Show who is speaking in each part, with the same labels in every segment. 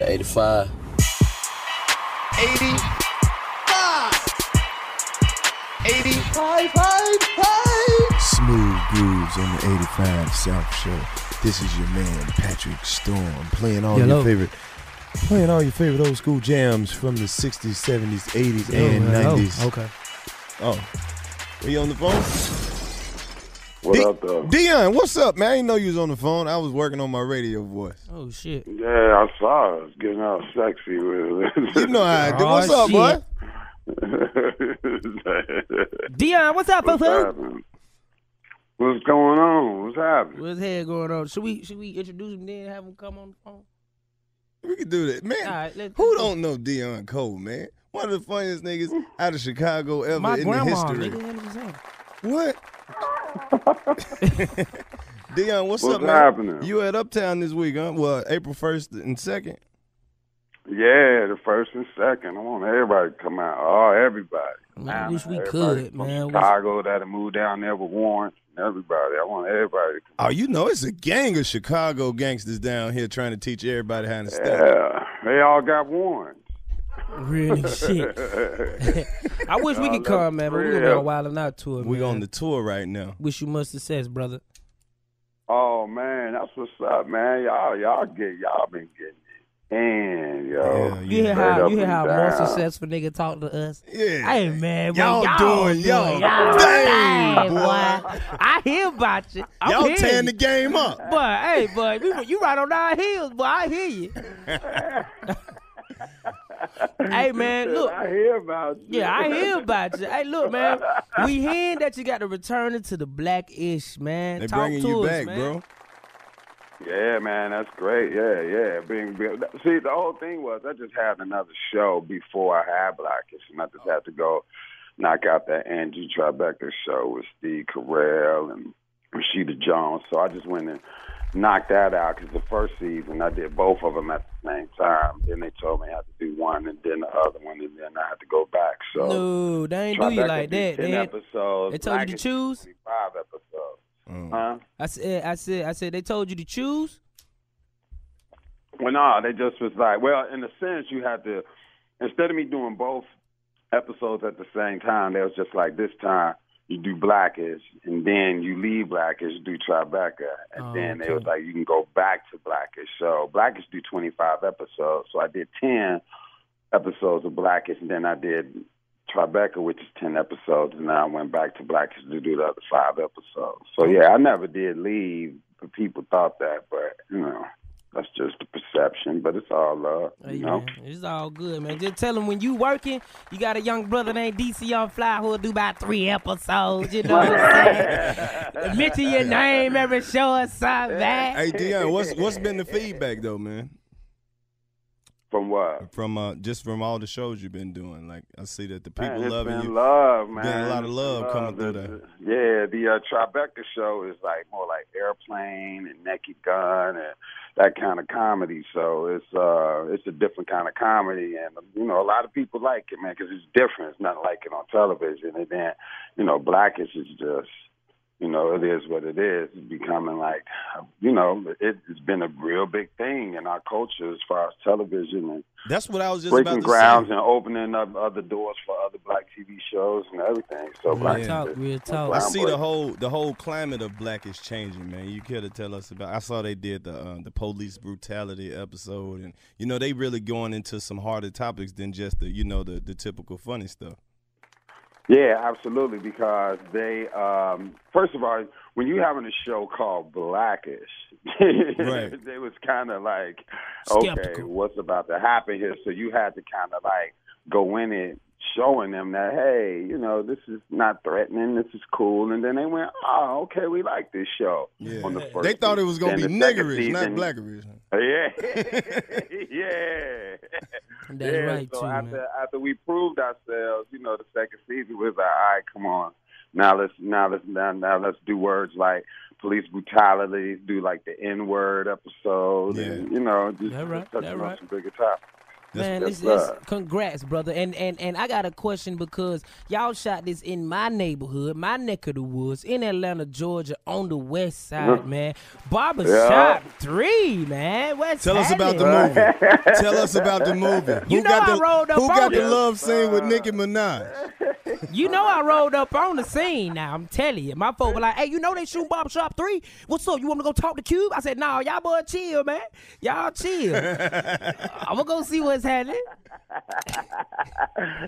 Speaker 1: 85.
Speaker 2: 80. 85. 85.
Speaker 3: Smooth grooves on the 85 South Show. This is your man Patrick Storm playing all
Speaker 4: Hello.
Speaker 3: your favorite, playing all your favorite old school jams from the 60s, 70s, 80s, and
Speaker 4: Oh, hello.
Speaker 3: 90s.
Speaker 4: Okay.
Speaker 3: Oh, were you on the phone?
Speaker 5: What up, though?
Speaker 3: Dion, what's up, man? I didn't know you was on the phone. I was working on my radio voice.
Speaker 4: Oh shit.
Speaker 5: yeah, I saw it. It's getting all sexy with it.
Speaker 3: You know how I do.
Speaker 4: Oh,
Speaker 3: What's up,
Speaker 4: shit.
Speaker 3: boy?
Speaker 4: Dion, what's up,
Speaker 5: What's
Speaker 4: Fufu?
Speaker 5: happening? What's going on? What's happening?
Speaker 4: What's head going on? Should we should we introduce him then and have him come on the phone?
Speaker 3: We can do that, man.
Speaker 4: All right, let's-
Speaker 3: who don't know Dion Cole, man? One of the funniest niggas out of Chicago ever
Speaker 4: My
Speaker 3: in
Speaker 4: grandma,
Speaker 3: the history.
Speaker 4: nigga, 100%.
Speaker 3: What? Dion, what's,
Speaker 5: What's
Speaker 3: up, man?
Speaker 5: happening?
Speaker 3: You at Uptown this week, huh? Well, April first and second.
Speaker 5: Yeah, the first and second. I want everybody to come out. Oh, everybody.
Speaker 4: Man, I wish we
Speaker 5: Everybody
Speaker 4: could,
Speaker 5: from
Speaker 4: man. I wish-
Speaker 5: Chicago that'll move down there with Warren. Everybody. I want everybody to come
Speaker 3: Oh, you know it's a gang of Chicago gangsters down here trying to teach everybody how to step.
Speaker 5: Yeah. They all got Warren.
Speaker 4: Really shit. I wish we
Speaker 5: I
Speaker 4: could
Speaker 5: love
Speaker 4: come, man, but we're gonna be
Speaker 5: Fred.
Speaker 4: on Wild and Out tour.
Speaker 3: We
Speaker 4: man.
Speaker 3: on the tour right now.
Speaker 4: Wish you much success, brother.
Speaker 5: Oh man, that's what's up, man. Y'all, y'all get, y'all been getting it in, yo.
Speaker 3: Yeah,
Speaker 4: You hear how
Speaker 5: Straight up
Speaker 4: you hear
Speaker 5: and
Speaker 4: how more
Speaker 5: down.
Speaker 4: successful nigga talk to us?
Speaker 3: Yeah.
Speaker 4: I ain't mad.
Speaker 3: Y'all,
Speaker 4: boy.
Speaker 3: doing y'all, thing,
Speaker 4: Hey, boy.
Speaker 3: boy.
Speaker 4: I hear about you. I'm
Speaker 3: Y'all
Speaker 4: hearing
Speaker 3: tearing
Speaker 4: you.
Speaker 3: the game up.
Speaker 4: Boy, hey, boy, you, you right on our heels, boy. I hear you. hey, man, look.
Speaker 5: I hear about you.
Speaker 4: Yeah, I hear about you. Hey, look, man. We hearing that you got to return it to the black ish, man.
Speaker 3: They
Speaker 4: Talk
Speaker 3: bringing
Speaker 4: to
Speaker 3: you
Speaker 4: us,
Speaker 3: back,
Speaker 4: man.
Speaker 3: bro.
Speaker 5: Yeah, man, that's great. Yeah, yeah. Being, being see, the whole thing was I just had another show before I had Blackish, and I just had to go knock out that Angie Tribeca show with Steve Carell and Rashida Jones. So I just went and knocked that out because the first season I did both of them at the same time. Then they told me I had to do one and then the other one, and then I had to go back. So
Speaker 4: No, they ain't do you
Speaker 5: Tribeca
Speaker 4: like
Speaker 5: did
Speaker 4: that. They,
Speaker 5: Ten
Speaker 4: had-
Speaker 5: episodes.
Speaker 4: they told you to
Speaker 5: Blackish did
Speaker 4: choose?
Speaker 5: 25 episodes. Huh?
Speaker 4: I said, I said, I said, they told you to choose.
Speaker 5: Well, no, they just was like, well, in a sense, you had to, instead of me doing both episodes at the same time, they was just like, this time you do Blackish, and then you leave Blackish, do Tribeca, and
Speaker 4: Oh,
Speaker 5: then they
Speaker 4: okay.
Speaker 5: was like, you can go back to Blackish. So Blackish do 25 episodes, so I did 10 episodes of Blackish, and then I did Tribeca, which is 10 episodes, and then I went back to Blackish to do the other five episodes. So, yeah, I never did leave, but people thought that, but, you know. That's just the perception, but it's all love,
Speaker 4: Hey,
Speaker 5: you know.
Speaker 4: man, it's all good, man. Just tell them when you working, you got a young brother named DC on Fly who'll do about three episodes. You know what I'm saying? Mention your name every show or something, man.
Speaker 3: Hey Dion, what's what's been the feedback though, man?
Speaker 5: From what?
Speaker 3: From uh, just from all the shows you've been doing, like I see that the people
Speaker 5: Man, it's
Speaker 3: loving
Speaker 5: been
Speaker 3: you.
Speaker 5: Love, man.
Speaker 3: Been a lot of
Speaker 5: It's
Speaker 3: love coming through
Speaker 5: It's- Yeah, the uh, Tribeca show is like more like Airplane and Naked Gun and that kind of comedy. So it's uh it's a different kind of comedy, and you know a lot of people like it, man, because it's different. It's not like it on television. And then you know Blackish is just you know it is what it is. It's becoming like you know it, it's been a real big thing in our culture as far as television and
Speaker 3: That's what I was just
Speaker 5: breaking
Speaker 3: about to
Speaker 5: grounds
Speaker 3: say.
Speaker 5: and opening up other doors for other black TV shows and everything. So Black is just
Speaker 3: I see the
Speaker 5: groundbreaking.
Speaker 3: whole the whole climate of black is changing, man. You care to tell us about? I saw they did the uh, the police brutality episode, and you know they really going into some harder topics than just the you know the the typical funny stuff.
Speaker 5: Yeah, absolutely. Because they, um, first of all, when you having a show called Blackish, they was kind of like, okay, what's about to happen here? So you had to kind of like go in it, showing them that, hey, you know, this is not threatening, this is cool. And then they went, oh, okay, we like this show. On the first
Speaker 3: They thought it
Speaker 5: season.
Speaker 3: was gonna
Speaker 5: Then
Speaker 3: be
Speaker 5: the second
Speaker 3: niggerish, not
Speaker 5: season-
Speaker 3: blackerish.
Speaker 5: yeah, yeah.
Speaker 3: That's
Speaker 5: yeah.
Speaker 3: right,
Speaker 5: so
Speaker 3: too,
Speaker 5: after
Speaker 3: man.
Speaker 5: after we proved ourselves, you know, the second season we was like, all right, come on, now let's now let's now, now let's do words like police brutality, do like the N word episode, and you know, just,
Speaker 4: That right,
Speaker 5: just touching
Speaker 4: that
Speaker 5: on
Speaker 4: right.
Speaker 5: some bigger topics.
Speaker 4: Man,
Speaker 5: Yes,
Speaker 4: listen, listen,
Speaker 5: sir.
Speaker 4: congrats, brother. And, and and I got a question because y'all shot this in my neighborhood, my neck of the woods, in Atlanta, Georgia, on the west side,
Speaker 3: Yeah.
Speaker 4: man. Barbershop
Speaker 3: Yeah.
Speaker 4: three, man. What's
Speaker 3: Tell us about the
Speaker 4: happening?
Speaker 3: movie. Tell us about the movie.
Speaker 4: You
Speaker 3: who
Speaker 4: know
Speaker 3: got
Speaker 4: I
Speaker 3: the
Speaker 4: rolled up
Speaker 3: who got
Speaker 4: on
Speaker 3: the
Speaker 4: it.
Speaker 3: love scene with Nicki Minaj?
Speaker 4: You know I rolled up on the scene now. I'm telling you. My folk were like, hey, you know they shooting Barbershop 3? What's up? You want me to go talk to Cube? I said, nah, y'all boy chill, man. Y'all chill. I'm going to go see what's happening.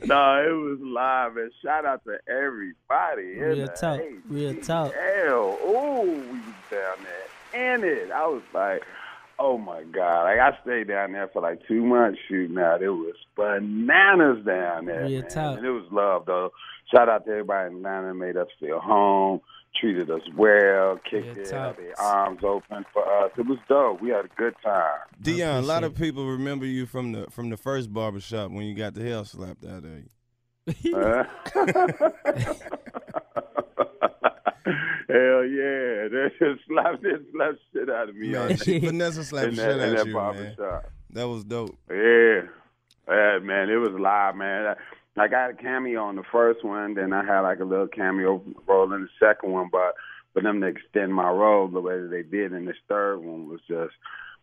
Speaker 5: no, it was live, and shout out to everybody. in
Speaker 4: Real
Speaker 5: the
Speaker 4: talk. Real talk.
Speaker 5: Hell, ooh, we was down there in it. I was like, oh my god! Like I stayed down there for like two months shooting out. It was bananas down there,
Speaker 4: Real
Speaker 5: man.
Speaker 4: talk.
Speaker 5: And it was love though. Shout out to everybody in Atlanta, made us feel home, treated us well, kicked it,
Speaker 3: talk.
Speaker 5: had their arms open for us. It was dope. We had a good time.
Speaker 3: Dion, a lot of people remember you from the from the first barbershop when you got the hell slapped out of you.
Speaker 5: Hell yeah, they just slapped they slapped shit out of me.
Speaker 3: Man,
Speaker 5: on that-
Speaker 3: she- Vanessa slapped
Speaker 5: in
Speaker 3: the
Speaker 5: that-
Speaker 3: shit
Speaker 5: in
Speaker 3: out
Speaker 5: that
Speaker 3: you,
Speaker 5: barber
Speaker 3: man.
Speaker 5: shop.
Speaker 3: That was dope.
Speaker 5: Yeah. Yeah, man, it was live, man. I, I got a cameo on the first one, then I had like a little cameo role in the second one, but for them to extend my role the way that they did in this third one was just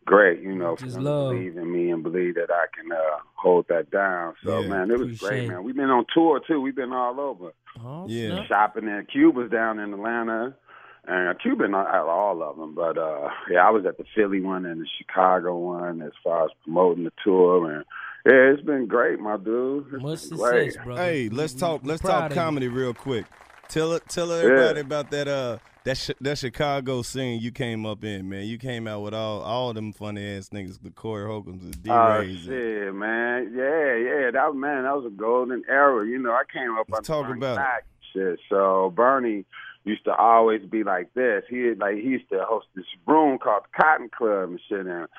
Speaker 5: great, you know, for
Speaker 4: Just
Speaker 5: them
Speaker 4: love.
Speaker 5: to believe in me and believe that I can uh, hold that down. So,
Speaker 4: Yeah,
Speaker 5: man, it was
Speaker 4: appreciate
Speaker 5: great,
Speaker 4: it.
Speaker 5: man. We've been on tour, too. We've been all over.
Speaker 4: Oh,
Speaker 3: Yeah.
Speaker 5: Shopping in Cuba's down in Atlanta. And Cuba not at all of them, but uh, yeah, I was at the Philly one and the Chicago one as far as promoting the tour, and yeah, it's been great, my dude. It's
Speaker 4: Much
Speaker 5: been great.
Speaker 3: Hey, let's talk. Let's
Speaker 5: proud
Speaker 3: talk
Speaker 5: of you.
Speaker 3: comedy real quick. Tell tell
Speaker 5: Yeah.
Speaker 3: everybody about that uh that sh- that Chicago scene you came up in, man. You came out with all all them funny ass niggas, the Corey Holcombs, the D
Speaker 5: Oh
Speaker 3: Rays.
Speaker 5: shit, man! Yeah, yeah, that man, that was a golden era. You know, I came up on
Speaker 3: Let's talk about it.
Speaker 5: shit. So Bernie used to always be like this. He had, like he used to host this room called the Cotton Club and shit. And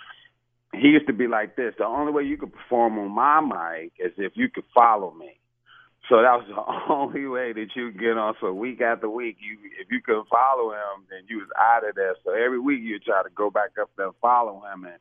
Speaker 5: he used to be like this. The only way you could perform on my mic is if you could follow me. So that was the only way that you could get on. So week after week, you if you couldn't follow him, then you was out of there. So every week you try to go back up there and follow him. And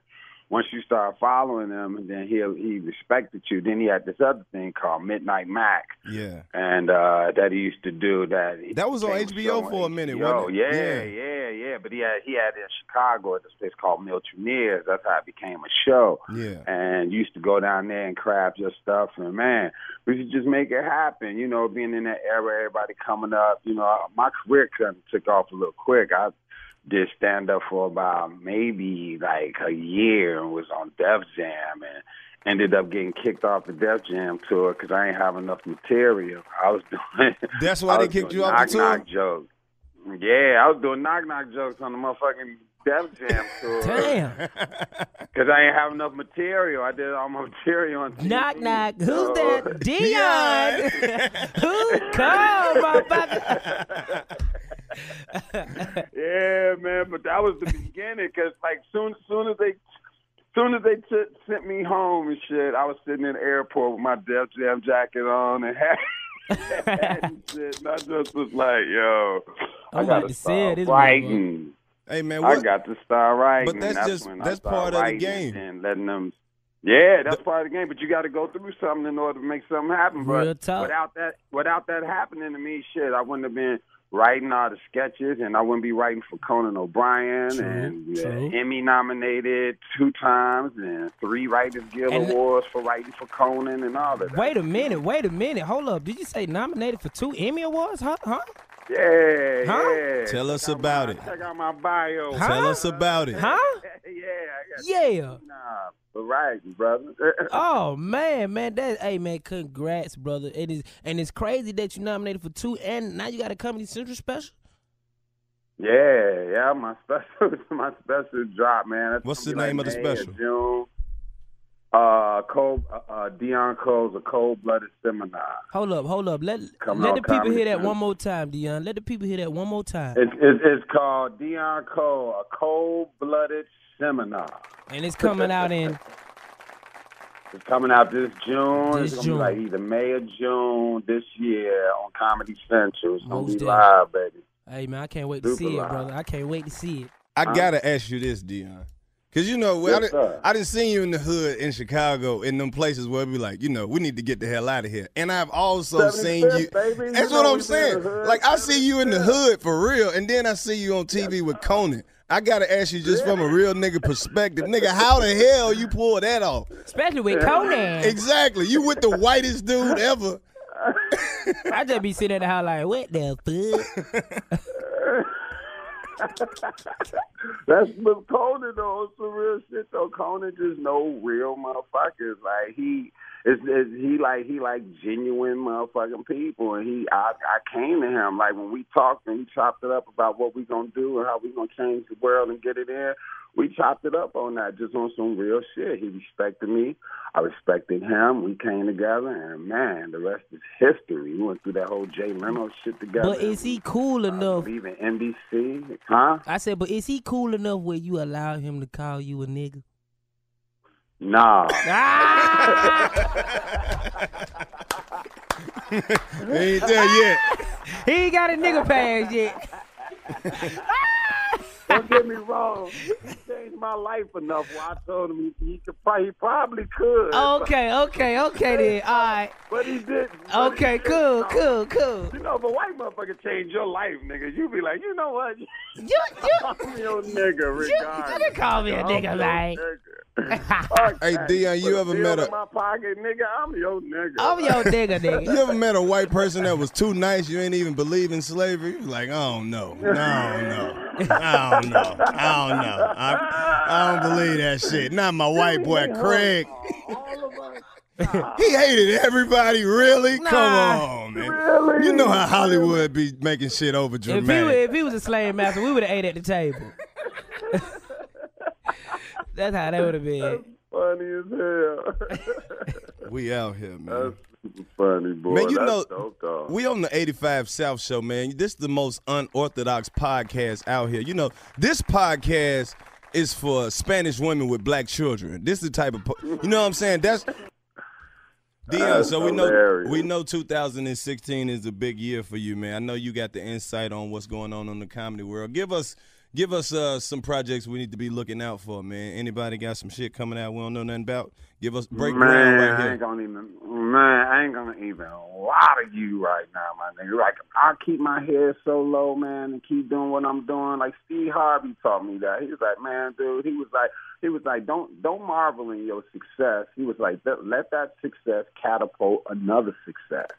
Speaker 5: once you start following him, then he he respected you. Then he had this other thing called Midnight Mac
Speaker 3: Yeah.
Speaker 5: and uh that he used to do that.
Speaker 3: That was on
Speaker 5: They was
Speaker 3: HBO
Speaker 5: showing
Speaker 3: for a minute,
Speaker 5: HBO.
Speaker 3: wasn't it?
Speaker 5: Yeah,
Speaker 3: Yeah.
Speaker 5: yeah, yeah, But he had he had it in Chicago at this place called Miltoneers. That's how it became a show.
Speaker 3: Yeah.
Speaker 5: And you used to go down there and craft your stuff. And man, we should just make it happen. You know, being in that era, everybody coming up. You know, my career kind of took off a little quick. I did stand up for about maybe like a year and was on Def Jam and ended up getting kicked off the Def Jam tour because I ain't have enough material. I was doing.
Speaker 3: That's why
Speaker 5: I
Speaker 3: they
Speaker 5: was
Speaker 3: kicked
Speaker 5: doing
Speaker 3: you off the tour?
Speaker 5: knock knock jokes. Yeah, I was doing knock knock jokes on the motherfucking Def Jam tour.
Speaker 4: Damn.
Speaker 5: Because I ain't have enough material. I did all my material on TV.
Speaker 4: Knock, knock. Who's
Speaker 5: so-
Speaker 4: that? Dion. Who come, motherfucker?
Speaker 5: yeah, man. But that was the beginning because, like, soon soon as they soon as they took sent me home and shit, I was sitting in the airport with my Def Jam jacket on and hat. and shit. And I just was like, yo, I
Speaker 4: I'm
Speaker 5: gotta
Speaker 4: about to sell
Speaker 5: start
Speaker 4: this
Speaker 5: writing.
Speaker 3: Hey man,
Speaker 5: I
Speaker 3: what-
Speaker 5: got to start writing.
Speaker 3: But
Speaker 5: and
Speaker 3: that's just-
Speaker 5: when
Speaker 3: that's
Speaker 5: I start
Speaker 3: part of the
Speaker 5: writing
Speaker 3: game.
Speaker 5: and letting them. Yeah, that's part of the game. But you got to go through something in order to make something happen. But
Speaker 4: Real talk.
Speaker 5: without that, without that happening to me, shit, I wouldn't have been writing all the sketches, and I wouldn't be writing for Conan O'Brien
Speaker 4: True,
Speaker 5: and uh,
Speaker 4: true.
Speaker 5: Emmy nominated two times and three Writers Guild
Speaker 4: And-
Speaker 5: awards for writing for Conan and all of that.
Speaker 4: Wait a minute, wait a minute. Hold up. Did you say nominated for two Emmy Awards? Huh? Huh?
Speaker 5: Yeah,
Speaker 4: Huh?
Speaker 5: yeah.
Speaker 3: Tell us
Speaker 5: Check out
Speaker 3: about
Speaker 5: my-
Speaker 3: it.
Speaker 5: Check out my bio.
Speaker 3: Tell us about it.
Speaker 4: Huh?
Speaker 5: yeah, I got
Speaker 4: Yeah.
Speaker 5: Nah, but writing, brother.
Speaker 3: Uh,
Speaker 4: Oh man, man, that hey man, congrats, brother. It is and it's crazy that you nominated for two and now you got a Comedy Central special.
Speaker 5: Yeah, yeah, my special, my special drop, man. That's
Speaker 3: What's
Speaker 5: gonna
Speaker 3: the
Speaker 5: be
Speaker 3: name
Speaker 5: like
Speaker 3: of the
Speaker 5: May or
Speaker 3: special?
Speaker 5: June. Uh, cold. Uh, uh, Dion Cole's a cold-blooded seminar.
Speaker 4: Hold up, hold up. Let
Speaker 5: Come
Speaker 4: let
Speaker 5: on,
Speaker 4: the people
Speaker 5: Comedy
Speaker 4: hear that
Speaker 5: Central.
Speaker 4: one more time, Dion. Let the people hear that one more time.
Speaker 5: It's, it's, it's called Dion Cole, a cold-blooded seminar.
Speaker 4: and it's coming out in
Speaker 5: It's coming out this June.
Speaker 4: This
Speaker 5: it's gonna
Speaker 4: June.
Speaker 5: be like either May or June this year on Comedy Central. It's gonna
Speaker 4: Most
Speaker 5: be
Speaker 4: definitely.
Speaker 5: live, baby.
Speaker 4: Hey man, I can't wait to
Speaker 5: Super
Speaker 4: see it,
Speaker 5: live.
Speaker 4: brother. I can't wait to see it.
Speaker 3: I gotta ask you this, Dion, because you know well, I
Speaker 5: Yes,
Speaker 3: didn't
Speaker 5: sir.
Speaker 3: I done seen you in the hood in Chicago in them places where we like, you know, we need to get the hell out of here. And I've also seen
Speaker 5: 75th,
Speaker 3: you.
Speaker 5: baby.
Speaker 3: That's
Speaker 5: You
Speaker 3: what I'm
Speaker 5: know we been in
Speaker 3: saying.
Speaker 5: the hood.
Speaker 3: Like I see you in the hood for real, and then I see you on TV with Conan. I gotta ask you just from a real nigga perspective, nigga, how the hell you pull that off?
Speaker 4: Especially with Conan.
Speaker 3: Exactly, you with the whitest dude ever.
Speaker 4: I just be sitting at the house like, what the fuck?
Speaker 5: That's but Conan though, it's some real shit though. Conan just no real motherfuckers. Like he is he like he like genuine motherfucking people and he I I came to him like when we talked and we chopped it up about what we gonna do and how we gonna change the world and get it in. We chopped it up on that just on some real shit. He respected me. I respected him. We came together and man, the rest is history. We went through that whole Jay Leno shit together.
Speaker 4: but is he cool enough?
Speaker 5: leaving NBC? Huh?
Speaker 4: I said, but is he cool enough where you allow him to call you a nigga?
Speaker 5: Nah.
Speaker 4: Ah!
Speaker 3: He ain't there yet.
Speaker 4: He ain't got a nigga pass yet.
Speaker 5: Don't get me wrong. He changed my life enough where I told him he, he could probably, he probably could.
Speaker 4: Oh, Okay, okay, okay then. All right.
Speaker 5: But he didn't. But he
Speaker 4: Okay,
Speaker 5: didn't.
Speaker 4: cool,
Speaker 5: No.
Speaker 4: cool, cool.
Speaker 5: You know, if a white motherfucker change your life, nigga, you be like, you know what?
Speaker 4: You, you,
Speaker 5: I'm your nigga,
Speaker 4: you, you can
Speaker 5: regardless.
Speaker 4: call me a
Speaker 5: I'm
Speaker 4: nigga,
Speaker 5: your
Speaker 4: like.
Speaker 5: nigga. Fuck
Speaker 3: Hey,
Speaker 5: that.
Speaker 3: Dion, you
Speaker 5: Put
Speaker 3: ever
Speaker 5: bill
Speaker 3: met a-
Speaker 5: in my pocket, nigga? I'm your nigga.
Speaker 4: I'm your nigga,
Speaker 3: You
Speaker 4: nigga.
Speaker 3: ever met a white person that was too nice? You ain't even believe in slavery. You like, oh no, no, no, I don't know, I don't know, I, I don't believe that shit. Not my white boy Craig.
Speaker 5: All of us.
Speaker 3: He hated everybody. Really? Come
Speaker 4: Nah.
Speaker 3: on, man. You know how Hollywood be making shit over
Speaker 4: If he, wa-
Speaker 3: dramatic.
Speaker 4: if he was a slave master, we would have ate at the table. That's how that would have been.
Speaker 5: Funny as hell.
Speaker 3: We out here, man.
Speaker 5: That's funny, boy.
Speaker 3: Man, you
Speaker 5: That's
Speaker 3: know,
Speaker 5: dope, dog.
Speaker 3: we on the 85 South Show, man. This is the most unorthodox podcast out here. You know, this podcast is for Spanish women with black children. This is the type of, po- you know what I'm saying? That's. Dion,
Speaker 5: That's
Speaker 3: so we know
Speaker 5: hilarious.
Speaker 3: we know 2016 is a big year for you, man. I know you got the insight on what's going on in the comedy world. Give us give us uh, some projects we need to be looking out for, man. Anybody got some shit coming out we don't know nothing about? Give us break
Speaker 5: man,
Speaker 3: ground right here.
Speaker 5: I ain't gonna even man, I ain't gonna even lie to you right now, my nigga. Like I keep my head so low, man, and keep doing what I'm doing. Like Steve Harvey taught me that. He was like, man, dude. He was like, he was like, don't don't marvel in your success. He was like, let let that success catapult another success.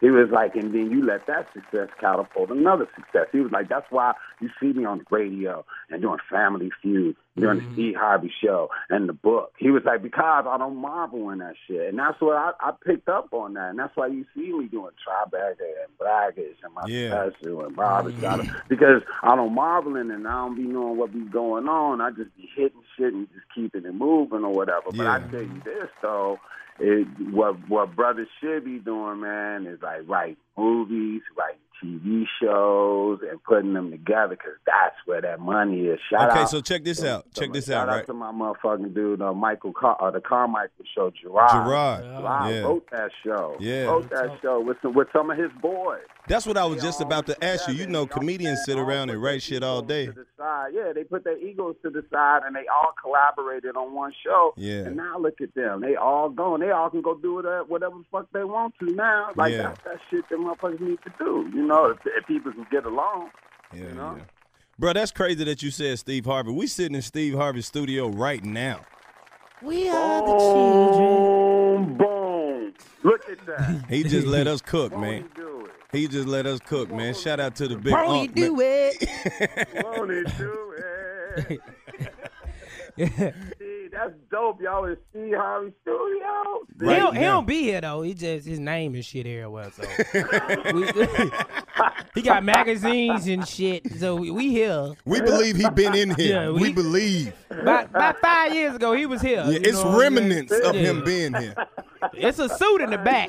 Speaker 5: He was like, and then you let that success catapult another success. He was like, that's why you see me on the radio and doing Family Feud, doing the Steve Harvey show and the book. He was like, because I don't marvel in that shit. And that's what I, I picked up on that. And that's why you see me doing Tribeca and Blackish and my
Speaker 3: Yeah.
Speaker 5: special and
Speaker 3: Mm.
Speaker 5: Bobby Scott. Because I don't marvel in it and I don't be knowing what be going on. I just be hitting shit and just keeping it moving or whatever. But I
Speaker 3: Yeah.
Speaker 5: tell you this, though it, what what brothers should be doing, man, is like write movies, write TV shows and putting them together because that's where that money is. Shout
Speaker 3: okay,
Speaker 5: out.
Speaker 3: so check this out. Check this out,
Speaker 5: Shout out
Speaker 3: right?
Speaker 5: to my motherfucking dude, uh, Michael Car- uh, the Carmichael Show, Gerard.
Speaker 3: Gerard, yeah.
Speaker 5: wrote that show.
Speaker 3: Yeah.
Speaker 5: wrote that show with some, with some of his boys.
Speaker 3: That's what I was just about to ask you. You know, comedians sit around and write shit all day.
Speaker 5: side. Yeah, they put their egos to the side and they all collaborated on one show.
Speaker 3: Yeah.
Speaker 5: And now look at them. They all gone. They all can go do whatever, whatever the fuck they want to now. Like
Speaker 3: Yeah.
Speaker 5: that's that shit that motherfuckers need to do. You know, if, if people can get along.
Speaker 3: Yeah,
Speaker 5: you know?
Speaker 3: yeah. Bro, that's crazy that you said Steve Harvey. We sitting in Steve Harvey's studio right now.
Speaker 4: We are the
Speaker 3: Oh.
Speaker 4: children.
Speaker 5: Boom, boom. Look at that.
Speaker 3: He just let us cook, man. He just let us cook, man. Shout out to the big
Speaker 4: Won't he
Speaker 3: unk, man.
Speaker 4: do it?
Speaker 5: Won't he do it? See, that's dope, y'all. In Steve Harvey Studio.
Speaker 4: He
Speaker 5: See?
Speaker 4: don't, he don't be here though. He just his name and shit everywhere. So we, he got magazines and shit. So we, we here.
Speaker 3: We believe he been in here.
Speaker 4: Yeah,
Speaker 3: we,
Speaker 4: we-
Speaker 3: believe.
Speaker 4: About, about five years ago, he was here.
Speaker 3: Yeah,
Speaker 4: you
Speaker 3: it's
Speaker 4: know what I'm
Speaker 3: remnants
Speaker 4: saying?
Speaker 3: of
Speaker 4: Yeah.
Speaker 3: him being here.
Speaker 4: It's a suit in the back.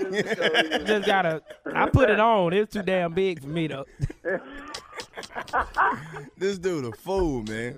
Speaker 4: Just gotta. I put it on. It's Oh, too damn big for me though.
Speaker 3: This dude a fool, man.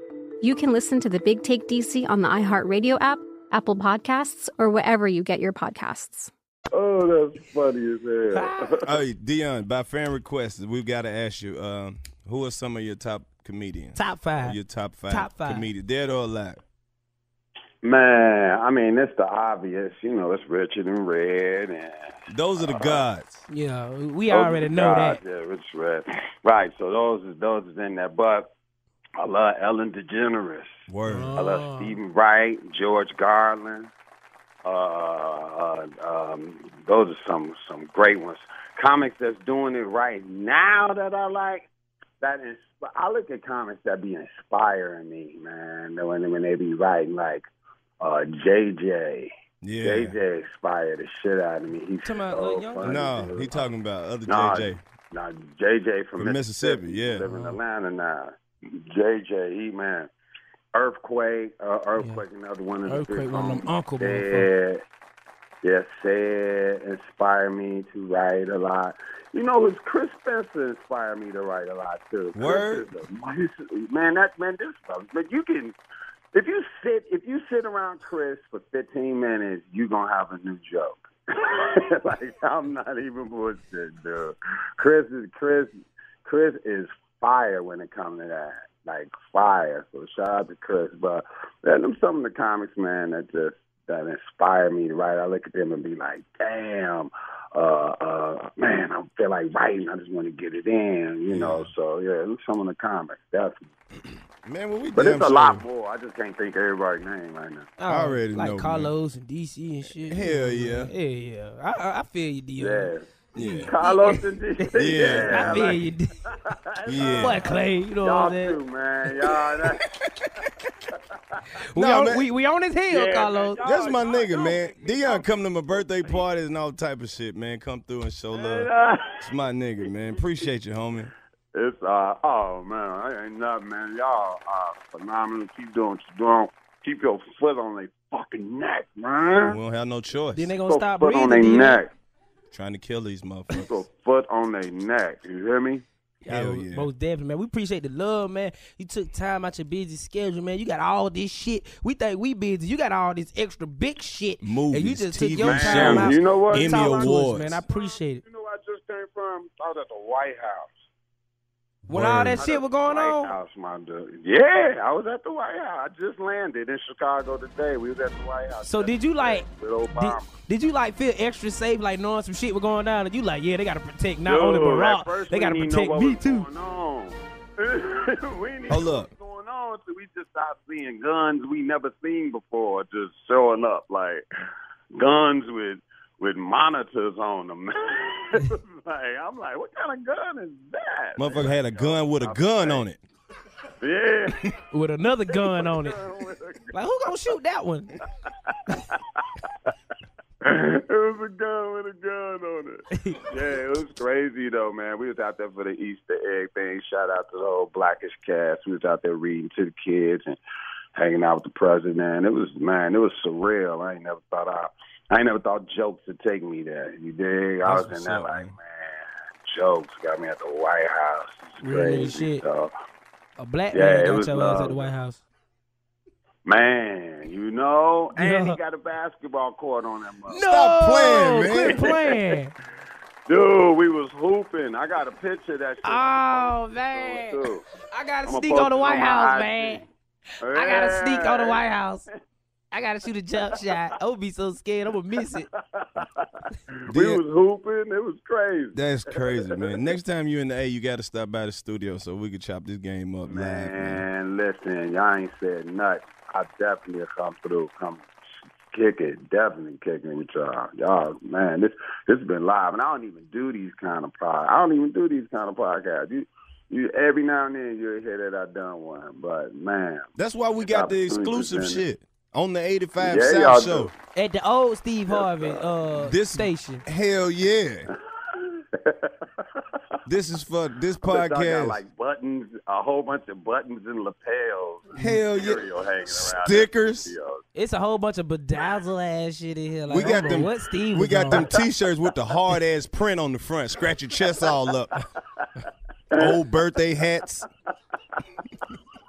Speaker 6: you can listen to the Big Take DC on the iHeartRadio app, Apple Podcasts, or wherever you get your podcasts.
Speaker 5: Oh, that's funny as hell.
Speaker 4: Oh,
Speaker 3: hey, Dion, by fan request, we've got to ask you, um, who are some of your top comedians?
Speaker 4: Top five.
Speaker 3: Your top five.
Speaker 4: Top five.
Speaker 3: Comedians, dead or alive.
Speaker 5: Man, I mean, it's the obvious. You know, it's Richard and Red and
Speaker 3: Those are the gods.
Speaker 4: Yeah, we
Speaker 3: Oh
Speaker 5: Those
Speaker 4: already
Speaker 5: are the
Speaker 4: know
Speaker 5: guys,
Speaker 4: that.
Speaker 5: Yeah, Rich Red. Right. So those is those is in there. But I love Ellen DeGeneres.
Speaker 3: Word.
Speaker 4: Uh-huh.
Speaker 5: I love Stephen Wright, George Garland. Uh, uh, um, those are some some great ones. Comics that's doing it right now that I like. that insp- I look at comics that be inspiring me, man. When when they be writing like uh, JJ.
Speaker 3: Yeah.
Speaker 5: JJ inspired the shit out of me. He's so
Speaker 3: Talking about Lil Yachty?
Speaker 5: funny,
Speaker 3: No,
Speaker 5: dude.
Speaker 3: he talking about other
Speaker 5: Nah,
Speaker 3: JJ.
Speaker 5: Nah, JJ from,
Speaker 3: From Mississippi, yeah. Uh-huh.
Speaker 5: live in Atlanta now. JJ, he man, earthquake, uh, earthquake, another one of the
Speaker 4: Earthquake,
Speaker 5: big
Speaker 4: one of them
Speaker 5: homies.
Speaker 4: uncle
Speaker 5: Said, yeah, said inspire me to write a lot. You know, it's Chris Spencer inspired me to write a lot too. Chris
Speaker 3: Word.
Speaker 5: is a- man, that man, this stuff. But you can, if you sit, if you sit around Chris for fifteen minutes, you gonna have a new joke. like I'm not even bullshit, dude. Chris is Chris. Chris is fire when it comes to that. Like fire. So shout out to Chris. But then them some of the comics, man, that just that inspire me to write. I look at them and be like, damn, uh, uh, man, I feel like writing. I just want to get it in, you know. So yeah, look some of the comics, definitely.
Speaker 3: Man, well, we
Speaker 5: But
Speaker 3: damn
Speaker 5: it's a
Speaker 3: sure-
Speaker 5: lot more. I just can't think of everybody's name right now.
Speaker 3: I already
Speaker 4: like
Speaker 3: know, man.
Speaker 4: Carlos and DC and shit.
Speaker 3: Hell yeah.
Speaker 4: yeah, yeah. I, I, I feel you, Dion.
Speaker 3: Yeah.
Speaker 5: Carlos and DC.
Speaker 4: I feel
Speaker 5: like-
Speaker 4: you. D-
Speaker 3: Yeah.
Speaker 4: What Clay? You know
Speaker 5: Y'all
Speaker 4: what I'm
Speaker 5: too, man. Y'all, that,
Speaker 4: saying? We,
Speaker 3: Nah,
Speaker 4: on,
Speaker 3: man.
Speaker 4: we, we on his heel, Carlos.
Speaker 3: That's my nigga, man. Dion come to my birthday parties and all type of shit, man. Come through and show
Speaker 5: uh,
Speaker 3: love. It's my nigga, man. Appreciate you, homie.
Speaker 5: It's uh oh man, I ain't nothing, man. Y'all are phenomenal. Keep doing what you're doing. Keep your foot on their fucking neck, man.
Speaker 3: We don't have no choice.
Speaker 4: Then they
Speaker 5: Keep
Speaker 4: gonna
Speaker 5: your
Speaker 4: stop
Speaker 5: foot
Speaker 4: breathing.
Speaker 5: on their
Speaker 4: Dion.
Speaker 5: neck.
Speaker 3: Trying to kill these motherfuckers.
Speaker 5: Keep your foot on their neck. You hear me?
Speaker 4: Yeah,
Speaker 3: Hell
Speaker 4: mo-
Speaker 3: yeah.
Speaker 4: Most definitely, man. We appreciate the love, man. You took time out your busy schedule, man. You got all this shit. We think we busy. You got all this extra big shit. and you
Speaker 3: Movies,
Speaker 4: just
Speaker 3: TV
Speaker 4: took your time
Speaker 3: shows,
Speaker 4: out.
Speaker 5: You know what?
Speaker 4: to
Speaker 3: Emmy
Speaker 4: talk to us,
Speaker 3: Awards.
Speaker 4: man. I appreciate it.
Speaker 5: You know where I just came from? I was at the White House.
Speaker 4: When all
Speaker 3: Word.
Speaker 4: that shit was going on,
Speaker 5: White House, my dude. Yeah, I was at the White House. I just landed in Chicago today. We was at the White House.
Speaker 4: so did you like?
Speaker 5: with
Speaker 4: Did,
Speaker 5: Obama.
Speaker 4: did you like feel extra safe, like knowing some shit was going down, and you like, yeah, they gotta protect not
Speaker 5: Dude,
Speaker 4: only
Speaker 5: at
Speaker 4: Barack,
Speaker 5: first
Speaker 4: they
Speaker 5: we
Speaker 4: gotta
Speaker 5: didn't
Speaker 4: protect
Speaker 5: know what
Speaker 4: me
Speaker 5: was
Speaker 4: too.
Speaker 5: Going on. we didn't
Speaker 3: Hold
Speaker 5: know
Speaker 3: up.
Speaker 5: what was going on, so we just started seeing guns we never seen before, just showing up like guns with with monitors on them. like I'm like, what kind of gun is that?
Speaker 3: Motherfucker had a gun with a gun on it.
Speaker 5: Yeah,
Speaker 4: With another gun on it,
Speaker 5: with a
Speaker 4: like who gonna shoot that one?
Speaker 5: it was a gun with a gun on it. yeah, it was crazy though, man. We was out there for the Easter egg thing. Shout out to the whole Blackish cast. We was out there reading to the kids and hanging out with the president. It was man, it was surreal. I ain't never thought I, I ain't never thought jokes would take me there. You dig? I
Speaker 3: That's
Speaker 5: was
Speaker 3: what's
Speaker 5: in there
Speaker 3: up, man.
Speaker 5: like, man, jokes got me at the White House. It's
Speaker 4: Real nigga
Speaker 5: crazy.
Speaker 4: shit.
Speaker 5: So,
Speaker 4: A black
Speaker 5: Yeah, it
Speaker 4: man got
Speaker 5: was uh,
Speaker 4: your ass at
Speaker 5: love.
Speaker 4: the White House.
Speaker 5: man, you know, and
Speaker 4: Yeah.
Speaker 5: he got a basketball court on that mother.
Speaker 3: Stop playing,
Speaker 4: No,
Speaker 3: man.
Speaker 4: Oh, Quit playing.
Speaker 5: Dude, we was hooping. I got a picture of that shit.
Speaker 4: Oh man,
Speaker 5: Too.
Speaker 4: I gotta
Speaker 5: I'ma
Speaker 4: sneak
Speaker 5: post
Speaker 4: on the
Speaker 5: it
Speaker 4: White
Speaker 5: my
Speaker 4: House,
Speaker 5: IG.
Speaker 4: man. I gotta sneak on the White House. I gotta shoot a jump shot. I would be so scared. I'm gonna miss it.
Speaker 5: We
Speaker 3: Dion-
Speaker 5: was hooping. It was crazy.
Speaker 3: That's crazy, man. Next time you in the A, you got to stop by the studio so we could chop this game up live, man.
Speaker 5: Man, listen, y'all ain't said nothing. I definitely come through. Come kick it. Definitely kick it with y'all. Y'all, man, this this has been live, and I don't even do these kind of pod. I don't even do these kind of podcasts. You, you every now and then you'll hear that I done one, but man,
Speaker 3: That's why we got the exclusive
Speaker 5: 100%.
Speaker 3: shit on the 85
Speaker 5: Yeah, y'all
Speaker 3: South
Speaker 5: do.
Speaker 3: Show.
Speaker 4: At the old Steve Harvey uh,
Speaker 3: This-
Speaker 4: station.
Speaker 3: Hell yeah. this is for this
Speaker 5: I bet y'all got
Speaker 3: podcast.
Speaker 5: like buttons, a whole bunch of buttons and lapels. and
Speaker 3: Hell yeah.
Speaker 5: material hanging around.
Speaker 3: Stickers.
Speaker 5: Yo,
Speaker 4: It's a whole bunch of bedazzle ass shit in here. Like,
Speaker 3: we got them.
Speaker 4: What Steve?
Speaker 3: we
Speaker 4: was
Speaker 3: got
Speaker 4: on.
Speaker 3: them T-shirts with the hard ass print on the front. Scratch your chest all up. Old birthday hats.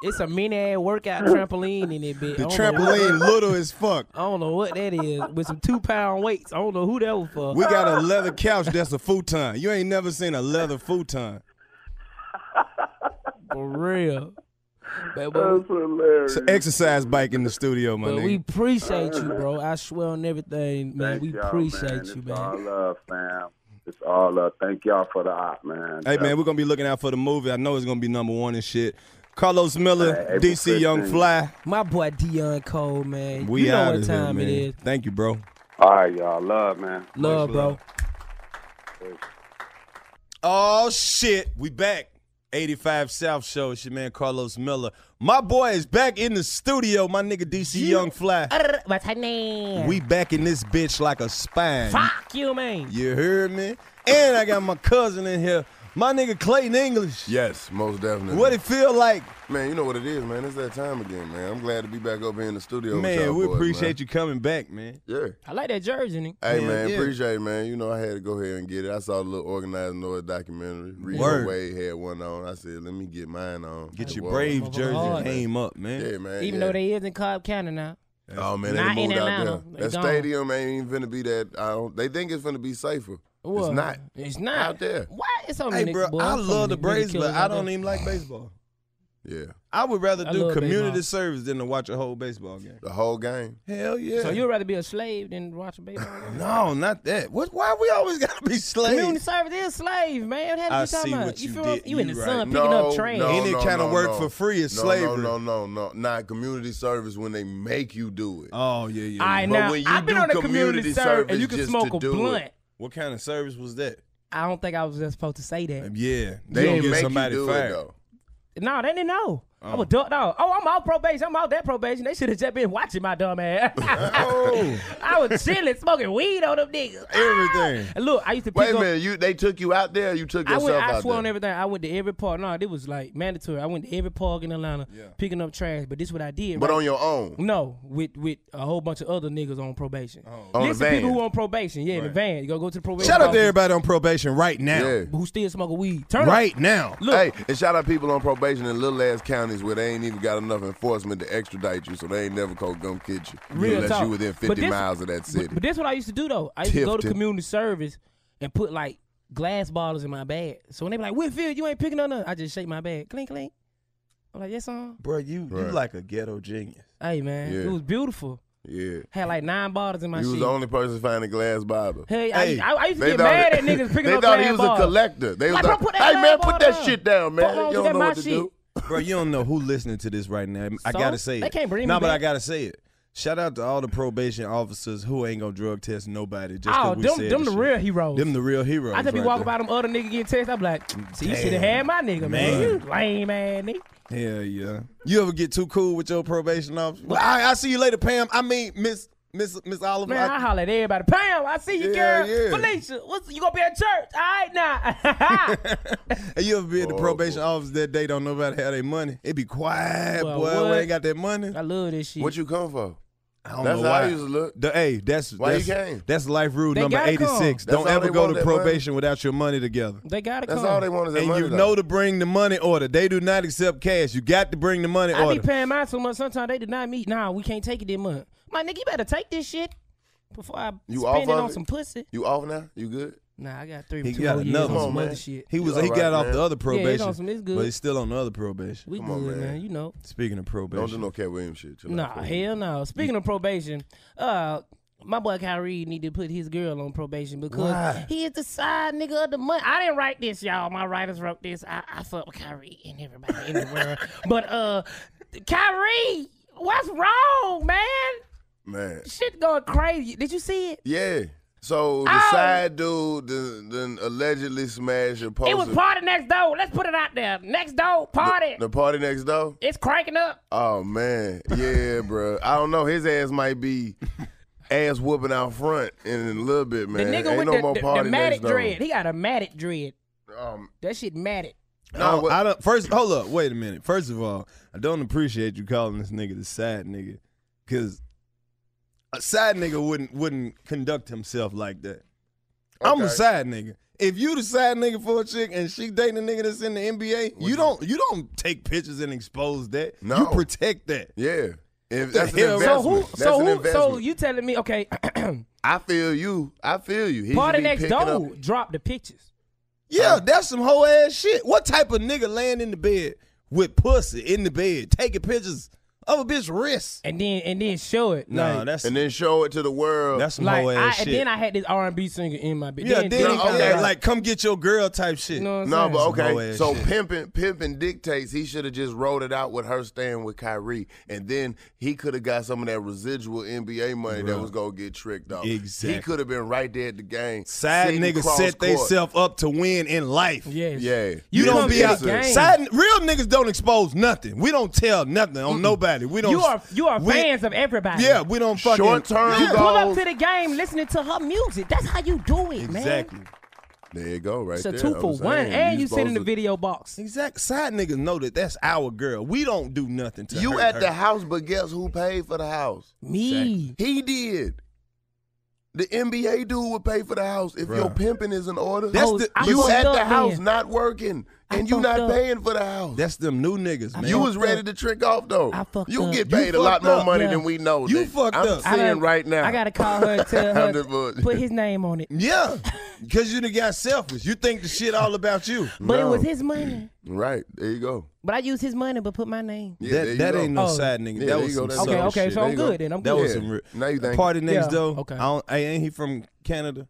Speaker 4: It's a mini ass workout trampoline in it, bitch.
Speaker 3: The
Speaker 4: I don't know what-
Speaker 3: trampoline little as fuck.
Speaker 4: I don't know what that is with some two pound weights. I don't know who that was for.
Speaker 3: We got a leather couch that's a futon. You ain't never seen a leather futon.
Speaker 4: for real. But, but,
Speaker 5: That's hilarious.
Speaker 3: It's an exercise bike in the studio, my
Speaker 4: but
Speaker 3: nigga.
Speaker 4: we appreciate you, bro. I swear on everything, man.
Speaker 5: Thank
Speaker 4: we
Speaker 5: y'all,
Speaker 4: appreciate
Speaker 5: man.
Speaker 4: you,
Speaker 5: it's
Speaker 4: man.
Speaker 5: all love, fam. It's all love. Thank y'all for the op, man.
Speaker 3: Hey man, we're gonna be looking out for the movie. I know it's gonna be number one and shit. Carlos Miller,
Speaker 5: Hey, April
Speaker 3: DC Young
Speaker 5: 15th.
Speaker 3: Fly.
Speaker 4: My boy Dion Cole, man.
Speaker 3: We
Speaker 4: you know
Speaker 3: out
Speaker 4: what
Speaker 3: of
Speaker 4: time
Speaker 3: here, man.
Speaker 4: it is.
Speaker 3: Thank you, bro.
Speaker 5: All right, y'all. Love, man.
Speaker 4: Love,
Speaker 3: Much
Speaker 4: bro.
Speaker 3: love. Oh shit, we back. 85 South Show. It's your man Carlos Miller. My boy is back in the studio. My nigga DC Young Fly.
Speaker 4: What's happening?
Speaker 3: We back in this bitch like a spine.
Speaker 4: Fuck you, man.
Speaker 3: You heard me? And I got my cousin in here. My nigga Clayton English.
Speaker 2: Yes, most definitely.
Speaker 3: What it feel like?
Speaker 2: Man, you know what it is, man. It's that time again, man. I'm glad to be back up here in the studio. with
Speaker 3: Man,
Speaker 2: y'all
Speaker 3: we
Speaker 2: boys,
Speaker 3: appreciate
Speaker 2: man.
Speaker 3: you coming back, man.
Speaker 2: Yeah.
Speaker 4: I like that jersey, nigga.
Speaker 2: Hey
Speaker 3: Yeah,
Speaker 2: man,
Speaker 3: yeah.
Speaker 2: appreciate it, man. You know I had to go ahead and get it. I saw the little organized noise documentary. Reno
Speaker 3: Word.
Speaker 2: Wade had one on. I said, let me get mine on.
Speaker 3: Get
Speaker 2: It
Speaker 3: your
Speaker 2: was-
Speaker 3: Braves jersey
Speaker 2: Yeah,
Speaker 3: came up, man.
Speaker 2: Yeah, man.
Speaker 4: Even
Speaker 2: yeah.
Speaker 4: though they is in Cobb County now.
Speaker 2: Oh man, they
Speaker 4: Not in
Speaker 2: moved out
Speaker 4: Atlanta. They
Speaker 2: there. That
Speaker 4: gone.
Speaker 2: stadium ain't even finna be that. I don't, they think it's finna be safer.
Speaker 4: What?
Speaker 2: It's not.
Speaker 4: It's not
Speaker 2: out there.
Speaker 4: What? It's on
Speaker 3: Hey,
Speaker 4: the
Speaker 3: bro,
Speaker 4: nigga, boy.
Speaker 3: I
Speaker 4: So
Speaker 3: love
Speaker 4: many
Speaker 3: the Braves,
Speaker 4: nigga
Speaker 3: but
Speaker 4: killers
Speaker 3: I
Speaker 4: out
Speaker 3: don't
Speaker 4: there.
Speaker 3: even like baseball.
Speaker 2: Yeah,
Speaker 3: I would rather
Speaker 4: I
Speaker 3: do
Speaker 4: love
Speaker 3: community
Speaker 4: baseball.
Speaker 3: service than to watch a whole baseball game.
Speaker 2: the whole game.
Speaker 3: Hell yeah.
Speaker 4: So you'd rather be a slave than watch a baseball game?
Speaker 3: no, not that. What? Why we always gotta be slaves?
Speaker 4: Community service is slave, man. What the hell
Speaker 3: I
Speaker 4: you talking
Speaker 3: see
Speaker 4: about?
Speaker 3: what you
Speaker 4: feel
Speaker 3: did.
Speaker 4: You in the
Speaker 3: You right.
Speaker 4: sun
Speaker 2: No,
Speaker 4: picking up trash.
Speaker 2: no,
Speaker 3: Any
Speaker 2: no,
Speaker 3: kind
Speaker 2: no,
Speaker 3: of work
Speaker 2: no.
Speaker 3: for free is
Speaker 2: no,
Speaker 3: slavery.
Speaker 2: No, no, no, no, Not community service when they make you do it.
Speaker 3: Oh yeah, yeah.
Speaker 4: All right,
Speaker 2: But
Speaker 4: now
Speaker 2: when you
Speaker 4: I've been
Speaker 2: do
Speaker 4: on a
Speaker 2: community
Speaker 4: service, and
Speaker 2: service
Speaker 4: you can
Speaker 2: just
Speaker 4: smoke
Speaker 2: to
Speaker 4: a
Speaker 2: do it.
Speaker 4: blunt.
Speaker 3: What kind of service was that?
Speaker 4: I don't think I was just supposed to say that.
Speaker 3: Yeah,
Speaker 2: They didn't make
Speaker 3: you gonna get
Speaker 2: you
Speaker 3: somebody
Speaker 2: do it,
Speaker 3: fired.
Speaker 2: though.
Speaker 4: No, they didn't know. I'm
Speaker 3: Oh.
Speaker 4: a duck dog. Oh, I'm out probation. I'm out that probation. They should have just been watching my dumb ass.
Speaker 2: Oh.
Speaker 4: I was chilling, smoking weed on them niggas.
Speaker 3: Everything.
Speaker 4: And look, I used to pick
Speaker 2: Wait a
Speaker 4: up.
Speaker 2: minute, you they took you out there. or You took
Speaker 4: I
Speaker 2: yourself
Speaker 4: went. I
Speaker 2: out
Speaker 4: swore
Speaker 2: there.
Speaker 4: on everything. I went to every park. No, it was like mandatory. I went to every park in Atlanta, picking up trash. But this is what I did.
Speaker 2: But
Speaker 4: right?
Speaker 2: on your own.
Speaker 4: No, with with a whole bunch of other niggas on probation.
Speaker 2: Oh. On the
Speaker 4: Listen, people
Speaker 2: van.
Speaker 4: who on probation. Yeah, in the van. You gotta go to the probation.
Speaker 3: Shout out to
Speaker 4: office,
Speaker 3: everybody on probation right now.
Speaker 4: who still smoking weed. Turn up.
Speaker 3: Right now.
Speaker 4: Look.
Speaker 2: Hey, and shout out people on probation in little ass counties where they ain't even got enough enforcement to extradite you, so they ain't never gonna come get you
Speaker 4: Real
Speaker 2: unless
Speaker 4: talk.
Speaker 2: you within
Speaker 4: But
Speaker 2: 50
Speaker 4: this-
Speaker 2: miles of that city.
Speaker 4: But, but that's what I used to do though. I used to
Speaker 2: Tiff
Speaker 4: go to
Speaker 2: tip.
Speaker 4: community service and put like glass bottles in my bag. So when they be like, Whitfield, you ain't picking up nothing. I just shake my bag. Clink, clink. I'm like, yes, sir.
Speaker 3: Bro, you you
Speaker 2: Right.
Speaker 3: like a ghetto genius.
Speaker 4: Hey, man.
Speaker 2: Yeah.
Speaker 4: It was beautiful.
Speaker 2: yeah,
Speaker 4: Had like nine bottles in my
Speaker 2: you was
Speaker 4: shit.
Speaker 2: the only person finding glass bottle.
Speaker 4: Hey, I, I, I used to
Speaker 2: They
Speaker 4: get
Speaker 2: thought-
Speaker 4: mad at niggas picking
Speaker 2: they
Speaker 4: up
Speaker 2: thought
Speaker 4: glass
Speaker 2: he was
Speaker 4: bottles.
Speaker 2: a collector. They
Speaker 4: Like,
Speaker 2: was
Speaker 4: bro,
Speaker 2: like,
Speaker 4: put that
Speaker 2: "Hey
Speaker 4: glass
Speaker 2: man, put
Speaker 4: bottle
Speaker 2: that
Speaker 4: down.
Speaker 2: shit down, man.
Speaker 4: Fuck wrong
Speaker 2: You
Speaker 4: with
Speaker 2: don't
Speaker 4: that
Speaker 2: know
Speaker 4: my
Speaker 2: what to
Speaker 4: shit."
Speaker 2: do."
Speaker 3: Bro, you don't know who listening to this right now. I
Speaker 4: So?
Speaker 3: gotta say it.
Speaker 4: They can't bring
Speaker 3: No,
Speaker 4: me
Speaker 3: but
Speaker 4: back.
Speaker 3: I gotta say it. Shout out to all the probation officers who ain't gonna drug test nobody just 'cause
Speaker 4: Oh,
Speaker 3: we
Speaker 4: them,
Speaker 3: said
Speaker 4: them
Speaker 3: the
Speaker 4: the
Speaker 3: shit.
Speaker 4: real heroes.
Speaker 3: Them the real heroes.
Speaker 4: I just be
Speaker 3: right
Speaker 4: walking
Speaker 3: there.
Speaker 4: by them other niggas getting text. I'm like, see, you
Speaker 3: Damn.
Speaker 4: should have had my nigga, man.
Speaker 3: Man.
Speaker 4: You lame ass nigga.
Speaker 3: Hell yeah. You ever get too cool with your probation officer? Well, I, I see you later, Pam. I mean, Miss Miss Miss Oliver.
Speaker 4: Man, I, holler at everybody. Pam, I see you,
Speaker 3: Yeah,
Speaker 4: girl.
Speaker 3: yeah.
Speaker 4: Felicia, what's, you gonna be at church? All right, now.
Speaker 3: Hey, you ever be at the
Speaker 2: Oh,
Speaker 3: probation office that day? Don't nobody have their money. It be quiet,
Speaker 4: Well,
Speaker 3: boy. We
Speaker 4: what?
Speaker 3: ain't got that money.
Speaker 4: I love this shit.
Speaker 2: What you come for?
Speaker 3: I don't
Speaker 2: That's
Speaker 3: know
Speaker 2: how
Speaker 3: why.
Speaker 2: I used to look.
Speaker 3: The, hey, that's
Speaker 2: Why you
Speaker 3: that's,
Speaker 2: came?
Speaker 3: that's life rule
Speaker 4: They
Speaker 3: number
Speaker 4: gotta
Speaker 3: eighty
Speaker 4: come.
Speaker 3: six.
Speaker 2: That's
Speaker 3: Don't
Speaker 2: all
Speaker 3: ever
Speaker 2: they
Speaker 3: go
Speaker 2: want,
Speaker 3: to
Speaker 2: that money.
Speaker 3: probation without your money together.
Speaker 4: they gotta
Speaker 2: That's
Speaker 4: come.
Speaker 2: all they want is that
Speaker 3: And
Speaker 2: money.
Speaker 3: you
Speaker 2: though.
Speaker 3: know to bring the money order. They do not accept cash. You got to bring the money
Speaker 4: I
Speaker 3: order.
Speaker 4: be paying mine so much. Sometimes they deny me. Nah, we can't take it this month. My nigga, you better take this shit before I
Speaker 2: You
Speaker 4: spend
Speaker 2: off
Speaker 4: it
Speaker 2: of
Speaker 4: on
Speaker 2: it?
Speaker 4: some pussy.
Speaker 2: You off now? You good?
Speaker 4: Nah, I got three,
Speaker 3: he
Speaker 4: two
Speaker 3: got
Speaker 4: more years
Speaker 3: another
Speaker 4: on
Speaker 3: one,
Speaker 4: some
Speaker 2: man.
Speaker 4: other shit.
Speaker 3: He was
Speaker 2: You
Speaker 3: he
Speaker 2: all
Speaker 3: got
Speaker 2: right,
Speaker 3: off
Speaker 2: man?
Speaker 3: the other
Speaker 4: Yeah, it's
Speaker 3: probation,
Speaker 4: on some- it's good.
Speaker 3: but he's still on the other probation.
Speaker 4: We
Speaker 2: Come
Speaker 4: good,
Speaker 2: on,
Speaker 4: man.
Speaker 2: man.
Speaker 4: You know.
Speaker 3: Speaking of probation,
Speaker 2: Don't do no Cat Williams shit. Chill out,
Speaker 4: Nah,
Speaker 2: fool.
Speaker 4: hell no. Speaking of probation, uh, my boy Kyrie need to put his girl on probation because
Speaker 3: Why?
Speaker 4: he is the side nigga of the month. I didn't write this, y'all. My writers wrote this. I, I fuck with Kyrie and everybody in the world. But uh, Kyrie, what's wrong, man?
Speaker 2: man.
Speaker 4: Shit going crazy. Did you see it?
Speaker 2: Yeah. So the
Speaker 4: Oh.
Speaker 2: side dude then, then allegedly smashed a poster.
Speaker 4: It was party next door. Let's put it out there. Next door party.
Speaker 2: The party next door.
Speaker 4: it's cranking up.
Speaker 2: Oh man, yeah, bruh. I don't know. His ass might be ass whooping out front in a little bit,
Speaker 4: The
Speaker 2: man.
Speaker 4: nigga
Speaker 2: Ain't
Speaker 4: with
Speaker 2: no
Speaker 4: the,
Speaker 2: more
Speaker 4: the,
Speaker 2: party next
Speaker 4: the matted
Speaker 2: door.
Speaker 4: dread. He got a matted dread.
Speaker 2: Um,
Speaker 4: That shit matted.
Speaker 3: I
Speaker 2: no,
Speaker 3: don't-
Speaker 2: what-
Speaker 3: I don't. First, hold up. Wait a minute. First of all, I don't appreciate you calling this nigga the side nigga, because a side nigga wouldn't wouldn't conduct himself like that. I'm a
Speaker 2: Okay.
Speaker 3: side nigga. If you the side nigga for a chick and she dating a nigga that's in the NBA, you don't you don't take pictures and expose that.
Speaker 2: No.
Speaker 3: You protect that.
Speaker 2: yeah. If
Speaker 3: the
Speaker 2: that's an
Speaker 3: hell?
Speaker 4: So
Speaker 2: investment.
Speaker 4: who?
Speaker 2: That's
Speaker 4: so
Speaker 2: an
Speaker 4: who?
Speaker 2: investment.
Speaker 4: So you telling me? Okay,
Speaker 2: I feel you. I feel you. He
Speaker 4: party
Speaker 2: should be
Speaker 4: next
Speaker 2: picking up-
Speaker 4: door dropped the pictures.
Speaker 3: Yeah, that's some whole ass shit. What type of nigga laying in the bed with pussy in the bed, taking pictures
Speaker 4: over bitch wrist, and then and then show it.
Speaker 2: Nah,
Speaker 4: like,
Speaker 2: that's and then show it to the world.
Speaker 3: That's
Speaker 4: like I, and then I had this R and B singer in my bitch.
Speaker 3: yeah, then, okay, like come get your girl type shit.
Speaker 2: No, but okay. So
Speaker 3: pimp.
Speaker 2: pimping, pimping dictates. He should have just rolled it out with her staying with Kyrie, and then he could have got some of that residual NBA money that
Speaker 3: Right.
Speaker 2: was gonna get tricked off.
Speaker 3: Exactly.
Speaker 2: He could have been right there at the game.
Speaker 3: Side
Speaker 2: sitting
Speaker 3: niggas
Speaker 2: cross
Speaker 3: set
Speaker 2: court.
Speaker 3: themselves up to win in life.
Speaker 4: Yes.
Speaker 2: Yeah.
Speaker 3: You,
Speaker 2: You
Speaker 3: don't
Speaker 2: come
Speaker 3: be
Speaker 2: get
Speaker 3: out
Speaker 2: the game.
Speaker 3: Side, real niggas don't expose nothing. We don't tell nothing on nobody. We don't.
Speaker 4: You are you are
Speaker 3: we-
Speaker 4: fans of everybody.
Speaker 3: Yeah, we don't fucking
Speaker 4: You pull up to the game listening to her music. That's how you do it, man.
Speaker 3: Exactly.
Speaker 2: There you go, right
Speaker 4: It's a there. two I'm for saying, one, and you you sit in supposed the to- video box.
Speaker 3: Exact. Side niggas know that that's our girl. We don't do nothing to
Speaker 2: You
Speaker 3: hurt
Speaker 2: at
Speaker 3: her.
Speaker 2: the house, but guess who paid for the house?
Speaker 4: Me.
Speaker 2: He did. The NBA dude would pay for the house if
Speaker 3: Bruh.
Speaker 2: your pimping is in order.
Speaker 3: That's the- I
Speaker 2: you
Speaker 3: fucked
Speaker 2: at
Speaker 3: up
Speaker 2: the house
Speaker 3: then.
Speaker 2: not working and you not paying for the house.
Speaker 3: That's them new niggas, man.
Speaker 2: you was ready to trick off though. you
Speaker 3: up.
Speaker 2: get
Speaker 3: You
Speaker 2: paid a lot
Speaker 3: fucked
Speaker 2: more
Speaker 3: up.
Speaker 2: money
Speaker 3: Yeah.
Speaker 2: than we know.
Speaker 3: You
Speaker 2: nigga.
Speaker 3: fucked
Speaker 2: I'm
Speaker 3: up.
Speaker 2: I'm
Speaker 3: I
Speaker 2: seeing
Speaker 3: done-
Speaker 2: right now.
Speaker 3: I
Speaker 4: gotta call her and tell her
Speaker 2: I'm just bullshit.
Speaker 4: Put his name on it.
Speaker 3: Yeah, because you done got selfish. You think the shit all about you.
Speaker 4: But it was his money.
Speaker 2: Right there, you go.
Speaker 4: But I used his money, but put my name.
Speaker 2: Yeah, there
Speaker 3: that
Speaker 2: you
Speaker 3: that
Speaker 2: go.
Speaker 3: ain't no
Speaker 2: Oh.
Speaker 3: side nigga.
Speaker 2: Yeah,
Speaker 3: that
Speaker 2: there you
Speaker 3: was
Speaker 2: go.
Speaker 3: some
Speaker 2: That's
Speaker 3: selfish
Speaker 2: okay, okay,
Speaker 3: shit.
Speaker 2: so
Speaker 3: There
Speaker 2: I'm
Speaker 3: you go.
Speaker 2: good then. I'm
Speaker 3: that
Speaker 2: good.
Speaker 3: was
Speaker 2: Yeah.
Speaker 3: some. Re-
Speaker 2: Now you think.
Speaker 3: party next
Speaker 2: Yeah,
Speaker 3: though.
Speaker 2: okay.
Speaker 3: I don't, hey, ain't he from Canada?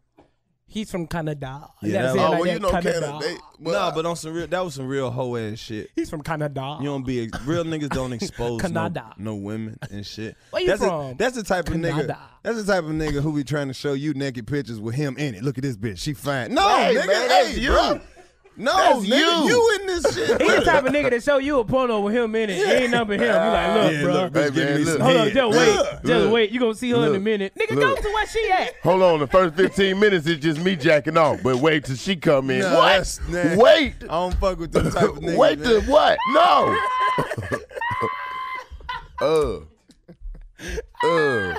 Speaker 4: He's from Canada.
Speaker 3: Yeah,
Speaker 4: That's
Speaker 3: that-
Speaker 4: it,
Speaker 3: oh,
Speaker 4: like
Speaker 3: well,
Speaker 4: that,
Speaker 3: you know Canada,
Speaker 2: they-
Speaker 3: nah, but on some real, that was some real hoe ass shit.
Speaker 4: He's from Canada.
Speaker 3: You don't be real niggas don't expose no,
Speaker 4: Canada.
Speaker 3: no women and shit.
Speaker 4: Where you
Speaker 3: that's the-
Speaker 4: from?
Speaker 3: that's the type of nigga.
Speaker 4: Canada.
Speaker 3: That's the type of nigga who be trying to show you naked pictures with him in it. Look at this bitch, she fine. No,
Speaker 4: Hey,
Speaker 3: nigga,
Speaker 4: man,
Speaker 3: hey,
Speaker 4: that's you.
Speaker 3: bro. No,
Speaker 4: That's
Speaker 3: nigga,
Speaker 4: you.
Speaker 3: you. in this shit.
Speaker 4: He's the type of nigga that show you a porno with him in it. It ain't nothing but him. You like, look,
Speaker 3: Yeah,
Speaker 4: bro.
Speaker 3: look, bitch, give me some
Speaker 4: Hold on,
Speaker 3: head.
Speaker 4: just wait.
Speaker 3: Look,
Speaker 4: just
Speaker 2: look,
Speaker 4: wait. You gonna see her in a
Speaker 2: look,
Speaker 4: minute. Nigga,
Speaker 2: look.
Speaker 4: go to where she at.
Speaker 2: Hold on, the first 15 minutes is just me jacking off, but wait till she come in.
Speaker 3: Nah,
Speaker 2: what?
Speaker 3: that's- nah.
Speaker 2: Wait.
Speaker 3: I don't fuck with them type of niggas.
Speaker 2: Wait
Speaker 3: man.
Speaker 2: till what? No. uh. Uh.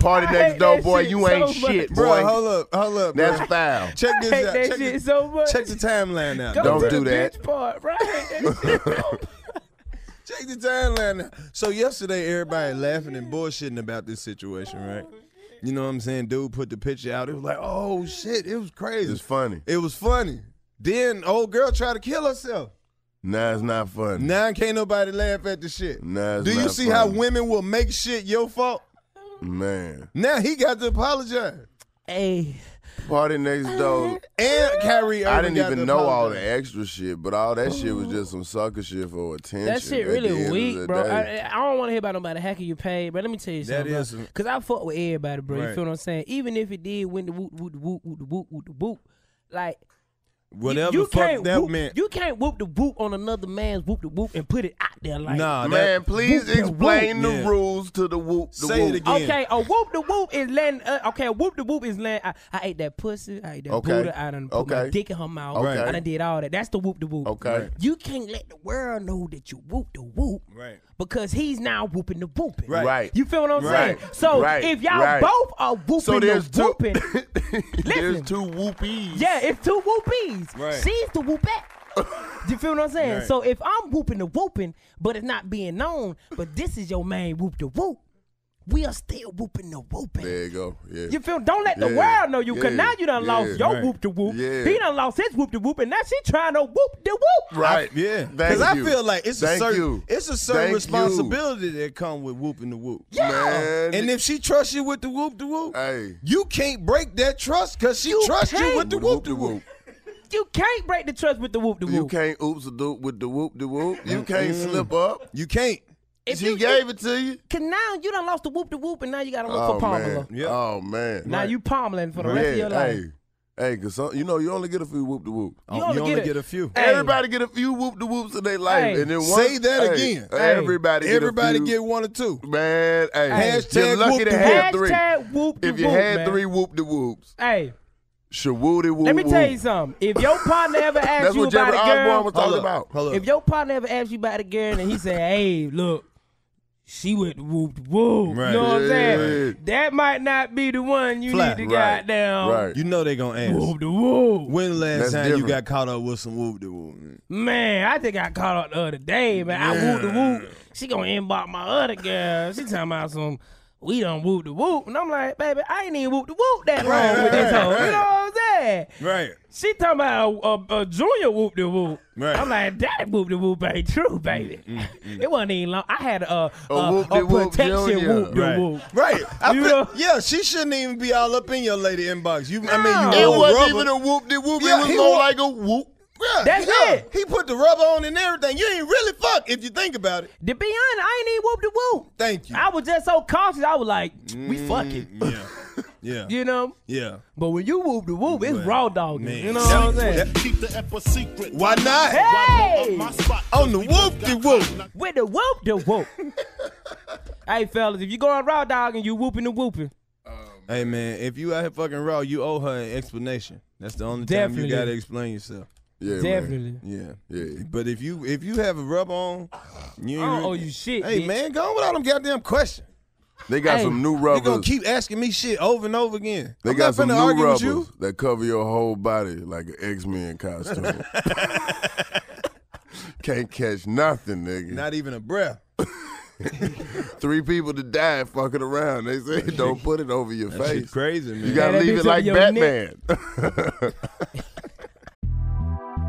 Speaker 2: Party
Speaker 3: I
Speaker 2: next
Speaker 3: hate
Speaker 2: door,
Speaker 3: that
Speaker 2: boy.
Speaker 3: shit
Speaker 2: You
Speaker 3: so
Speaker 2: ain't
Speaker 3: much.
Speaker 2: shit,
Speaker 3: Bro,
Speaker 2: boy.
Speaker 3: hold up, hold up. bro.
Speaker 2: That's foul.
Speaker 3: Check this
Speaker 4: I hate
Speaker 3: out.
Speaker 4: that
Speaker 3: check
Speaker 4: shit
Speaker 3: this-
Speaker 4: so much.
Speaker 3: Check the timeline out.
Speaker 4: Go
Speaker 2: Don't
Speaker 4: to
Speaker 2: do
Speaker 4: the
Speaker 2: that.
Speaker 4: Bitch part, bro. I hate that shit.
Speaker 3: Check the timeline now. So yesterday, everybody laughing and bullshitting about this situation, right? You know what I'm saying? Dude put the picture out. It was like, oh shit, it was crazy.
Speaker 2: It's funny.
Speaker 3: It was funny. Then old girl tried to kill herself.
Speaker 2: Nah, it's not funny.
Speaker 3: Now can't nobody laugh at the shit.
Speaker 2: Nah, it's
Speaker 3: Do you
Speaker 2: not
Speaker 3: see
Speaker 2: funny.
Speaker 3: how women will make shit your fault?
Speaker 2: Man.
Speaker 3: Now he got to apologize.
Speaker 4: Hey.
Speaker 2: Party next door.
Speaker 3: And Kyrie Irving
Speaker 2: I didn't
Speaker 3: got to
Speaker 2: even know all
Speaker 3: apologize.
Speaker 2: the extra shit, but all that shit was just some sucker shit for attention.
Speaker 4: That
Speaker 2: at
Speaker 4: shit
Speaker 2: the end
Speaker 4: really
Speaker 2: of
Speaker 4: weak,
Speaker 2: the
Speaker 4: bro.
Speaker 2: day.
Speaker 4: I, I don't want to hear about nobody hacking you paid, but let me tell you
Speaker 2: That
Speaker 4: something.
Speaker 2: is some-
Speaker 4: Because I fuck with everybody, bro. You
Speaker 3: Right.
Speaker 4: feel what I'm saying? Even if it did win the whoop, whoop, whoop, whoop, whoop, whoop, the whoop, like. you-
Speaker 3: Whatever
Speaker 4: you
Speaker 3: the fuck
Speaker 4: can't
Speaker 3: that
Speaker 4: whoop,
Speaker 3: meant.
Speaker 4: You can't whoop the whoop on another man's whoop the whoop and put it out there like
Speaker 3: Nah, that-
Speaker 2: Man, please
Speaker 4: Uh, whoop the
Speaker 2: explain the
Speaker 4: whoop.
Speaker 2: rules to the whoop. The
Speaker 3: Say it
Speaker 2: whoop.
Speaker 3: again.
Speaker 4: Okay, a whoop the whoop is letting. Uh, okay, a whoop the whoop is letting. I, I ate that pussy. I ate that
Speaker 2: Okay.
Speaker 4: Buddha. I done put my
Speaker 2: Okay.
Speaker 4: dick in her mouth.
Speaker 2: Okay.
Speaker 4: I done did all that. That's the whoop the whoop.
Speaker 2: Okay. Right.
Speaker 4: You can't let the world know that you whoop the whoop.
Speaker 3: Right.
Speaker 4: Because he's now whooping the whooping.
Speaker 2: Right. Right.
Speaker 4: You feel what I'm
Speaker 2: Right.
Speaker 4: saying? So
Speaker 2: Right.
Speaker 4: if y'all
Speaker 2: Right.
Speaker 4: both are whooping
Speaker 2: So there's
Speaker 4: the
Speaker 2: two-
Speaker 4: whooping,
Speaker 2: There's two whoopies.
Speaker 4: yeah, it's two whoopies.
Speaker 2: Right.
Speaker 4: She's the whoopette. You feel what I'm saying?
Speaker 2: Right.
Speaker 4: So if I'm whooping the whooping, but it's not being known, but this is your main whoop the whoop, we are still whooping the whooping.
Speaker 2: There you go. Yeah.
Speaker 4: You feel? Don't let the
Speaker 2: Yeah.
Speaker 4: world know you, cause
Speaker 2: Yeah.
Speaker 4: now you done
Speaker 2: Yeah.
Speaker 4: lost your
Speaker 2: Right.
Speaker 4: whoop the whoop.
Speaker 2: Yeah.
Speaker 4: He done lost his whoop the whoop, and now she trying to whoop the whoop.
Speaker 2: Right.
Speaker 3: Yeah,
Speaker 2: Thank
Speaker 3: because I
Speaker 2: you.
Speaker 3: feel like it's
Speaker 2: Thank
Speaker 3: a certain
Speaker 2: you.
Speaker 3: it's a certain
Speaker 2: Thank you.
Speaker 3: responsibility that come with whooping the whoop.
Speaker 2: Yeah. Man.
Speaker 3: and if she trusts you with the whoop the whoop,
Speaker 2: Hey.
Speaker 3: you can't break that trust because she trusts you
Speaker 4: can't.
Speaker 3: with the whoop the whoop.
Speaker 4: You can't break the trust with the whoop the whoop.
Speaker 2: You can't oops a doop with the whoop the whoop. You can't slip up.
Speaker 3: You can't.
Speaker 4: If
Speaker 2: she
Speaker 4: you-
Speaker 2: gave it to you.
Speaker 4: Cause now you done lost the whoop the whoop, and now you gotta look
Speaker 2: Oh
Speaker 4: for Pamela.
Speaker 2: man. Oh man.
Speaker 4: Now you Pamelaing for the rest
Speaker 2: yeah,
Speaker 4: of your life.
Speaker 2: Hey. Oh, Hey, cause some, you know you only get a few whoop de whoop.
Speaker 3: You only get a- Hey.
Speaker 2: Everybody get a few whoop de whoops in their life,
Speaker 3: Hey.
Speaker 2: and then one,
Speaker 3: Say that
Speaker 2: hey,
Speaker 3: again.
Speaker 2: Everybody, get a
Speaker 3: everybody
Speaker 2: few-
Speaker 3: get one or two.
Speaker 2: man. Hey,
Speaker 3: Hashtag
Speaker 2: you're lucky
Speaker 3: whoop
Speaker 2: to
Speaker 3: de
Speaker 2: have
Speaker 3: whoop.
Speaker 2: three.
Speaker 3: Hashtag whoop de
Speaker 2: if you
Speaker 3: whoop,
Speaker 2: had
Speaker 3: man.
Speaker 2: three whoop de whoops,
Speaker 4: Hey,
Speaker 2: shawooty whoop.
Speaker 4: let me tell you something. If your partner ever asks
Speaker 2: That's
Speaker 4: you
Speaker 2: what
Speaker 4: about
Speaker 2: Jeffrey
Speaker 4: a girl,
Speaker 2: Osborne was talking about. Hold up.
Speaker 4: if your partner ever asks you about a girl and he say, "Hey, look, she went whoop whoop,"
Speaker 3: Right.
Speaker 4: you know what I'm saying?
Speaker 3: Right.
Speaker 4: That might not be the one you
Speaker 3: Flat.
Speaker 4: need to
Speaker 3: Right.
Speaker 4: goddamn.
Speaker 3: You know they gonna ask.
Speaker 4: Whoop the whoop.
Speaker 3: When last
Speaker 2: That's
Speaker 3: time
Speaker 2: different.
Speaker 3: you got caught up with some whoop the whoop?
Speaker 4: Man, I think I caught up the other day, man. I whoop the whoop. She gonna inbox my other girl. She talking about some. We done whoop the whoop, and I'm like, baby, I ain't even whoop the whoop that long with this hoe. You know what I'm mad.
Speaker 3: Right.
Speaker 4: She talking about a, a, a junior whoop de whoop.
Speaker 3: Right. Mm,
Speaker 4: I'm like, that whoop de whoop ain't true, baby. It wasn't even long. I had a, uh, a, a
Speaker 3: whoop-de-whoop
Speaker 4: protection
Speaker 3: junior.
Speaker 4: whoop de
Speaker 3: right.
Speaker 4: whoop.
Speaker 3: Right. I
Speaker 4: You
Speaker 3: feel-
Speaker 4: know?
Speaker 3: Yeah, she shouldn't even be all up in your lady inbox. You, I mean, you
Speaker 2: It
Speaker 3: roll
Speaker 2: wasn't
Speaker 3: rubber.
Speaker 2: even a whoop de whoop.
Speaker 3: Yeah,
Speaker 2: it was
Speaker 3: he
Speaker 2: more
Speaker 3: wa-
Speaker 2: like a whoop.
Speaker 3: Yeah,
Speaker 4: That's
Speaker 3: yeah.
Speaker 4: it.
Speaker 3: He put the rubber on and everything. You ain't really fuck if you think about it.
Speaker 4: To be honest, I ain't even whoop de whoop.
Speaker 3: Thank you. Mm.
Speaker 4: I was just so cautious. I was like, we fucking.
Speaker 3: Yeah. Yeah.
Speaker 4: You know?
Speaker 3: Yeah.
Speaker 4: But when you whoop the whoop, it's raw dog. You know what
Speaker 3: That-
Speaker 4: I'm saying?
Speaker 7: Keep the F a secret.
Speaker 3: Why not?
Speaker 4: Hey!
Speaker 3: On the whoop de whoop.
Speaker 4: With the whoop de whoop. hey, fellas, if you going raw dog and you whooping and whooping,
Speaker 3: Hey man, if you out here fucking raw, you owe her an explanation. That's the only time
Speaker 4: Definitely.
Speaker 3: you gotta explain yourself.
Speaker 2: Yeah, man.
Speaker 4: Definitely.
Speaker 3: Yeah. Yeah. But if you if you have a rub on, you
Speaker 4: I don't
Speaker 3: ain't
Speaker 4: owe you shit,
Speaker 3: Hey
Speaker 4: bitch.
Speaker 3: man, go on with all them goddamn questions.
Speaker 2: They got some new
Speaker 3: You gonna
Speaker 2: rubbers.
Speaker 3: keep asking me shit over and over again.
Speaker 2: They
Speaker 3: I'm
Speaker 2: got
Speaker 3: not
Speaker 2: some
Speaker 3: finna
Speaker 2: new
Speaker 3: argue with
Speaker 2: rubbers
Speaker 3: you.
Speaker 2: that cover your whole body like an X Men costume. Can't catch nothing, nigga.
Speaker 3: Not even a breath.
Speaker 2: Three people to die fucking around. They say don't put it over your
Speaker 3: That shit
Speaker 2: face.
Speaker 3: crazy, man.
Speaker 2: You gotta
Speaker 3: Yeah, that
Speaker 2: leave
Speaker 3: bitch
Speaker 2: it
Speaker 3: over
Speaker 2: like
Speaker 3: your
Speaker 2: Batman.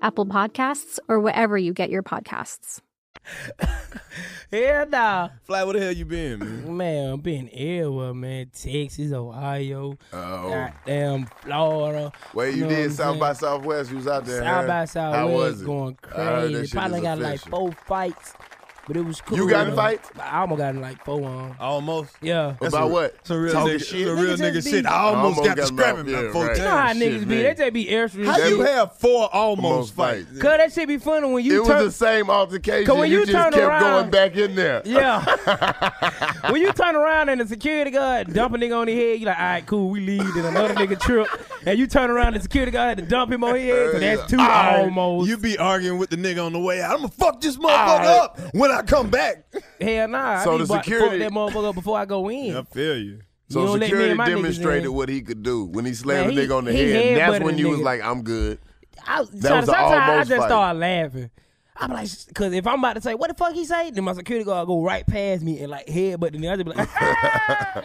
Speaker 6: Apple Podcasts, or wherever you get your podcasts.
Speaker 4: hell nah.
Speaker 3: Fly, where the hell you been, man?
Speaker 4: Man, I'm being everywhere, man. Texas, Ohio,
Speaker 2: Oh.
Speaker 4: goddamn Florida.
Speaker 2: Wait, you
Speaker 4: know what
Speaker 2: did
Speaker 4: I'm
Speaker 2: South
Speaker 4: saying?
Speaker 2: by Southwest. You was out there.
Speaker 4: South
Speaker 2: huh?
Speaker 4: by
Speaker 2: How
Speaker 4: Southwest
Speaker 2: was it?
Speaker 4: going
Speaker 2: I heard that
Speaker 4: crazy.
Speaker 2: shit
Speaker 4: Probably
Speaker 2: is
Speaker 4: got like
Speaker 2: official.
Speaker 4: four fights. but it was cool.
Speaker 2: You got in
Speaker 4: know?
Speaker 2: fights? Oh,
Speaker 4: I almost got in like four on.
Speaker 3: Almost.
Speaker 4: Yeah.
Speaker 2: That's About a- what?
Speaker 3: Some real
Speaker 2: Talking
Speaker 3: nigga,
Speaker 2: shit?
Speaker 3: Some real
Speaker 2: Niggas
Speaker 3: nigga
Speaker 2: just
Speaker 3: shit.
Speaker 2: be-
Speaker 3: I almost,
Speaker 2: Almost
Speaker 3: got
Speaker 2: got
Speaker 3: scrapped
Speaker 2: knocked,
Speaker 3: about
Speaker 2: yeah,
Speaker 3: four
Speaker 2: right.
Speaker 3: times.
Speaker 4: You know how
Speaker 2: Shit,
Speaker 4: niggas be?
Speaker 2: man.
Speaker 4: They just be extra.
Speaker 3: How you have four almost,
Speaker 2: Almost
Speaker 3: fights?
Speaker 2: fights.
Speaker 4: Cause that shit be fun when you
Speaker 2: it
Speaker 4: turn.
Speaker 2: was the same altercation.
Speaker 4: 'Cause when you
Speaker 2: just
Speaker 4: turn
Speaker 2: kept
Speaker 4: around-
Speaker 2: going back in there.
Speaker 4: Yeah. when you turn around and the security guard dump a nigga on his head, you like, all right, cool, we leave. Then another nigga trip, and you turn around, the security guard had to dump him on his head. So that's two almost.
Speaker 3: You be arguing with the nigga on the way out. I'm gonna fuck this motherfucker
Speaker 4: Alright.
Speaker 3: up when I come back.
Speaker 4: Hell nah.
Speaker 3: So the
Speaker 4: I be about to
Speaker 3: security-
Speaker 4: fuck that motherfucker up before I go in.
Speaker 3: I feel you.
Speaker 4: You
Speaker 2: So
Speaker 4: don't let me
Speaker 2: security
Speaker 4: and my niggas
Speaker 2: demonstrated
Speaker 4: in.
Speaker 2: what he could do when he slammed
Speaker 4: Man,
Speaker 2: a
Speaker 4: he-
Speaker 2: nigga on the
Speaker 4: he
Speaker 2: head. That's
Speaker 4: headbutted
Speaker 2: when
Speaker 4: the
Speaker 2: you was
Speaker 4: nigga.
Speaker 2: like, "I'm good."
Speaker 4: I, was-
Speaker 2: That
Speaker 4: so-
Speaker 2: was the
Speaker 4: sometimes I
Speaker 2: almost
Speaker 4: just
Speaker 2: fight.
Speaker 4: start laughing. I'm like, because if I'm about to say, what the fuck he say? Then my security guard go right past me and like headbutt the nigga. I just be like, "Ah,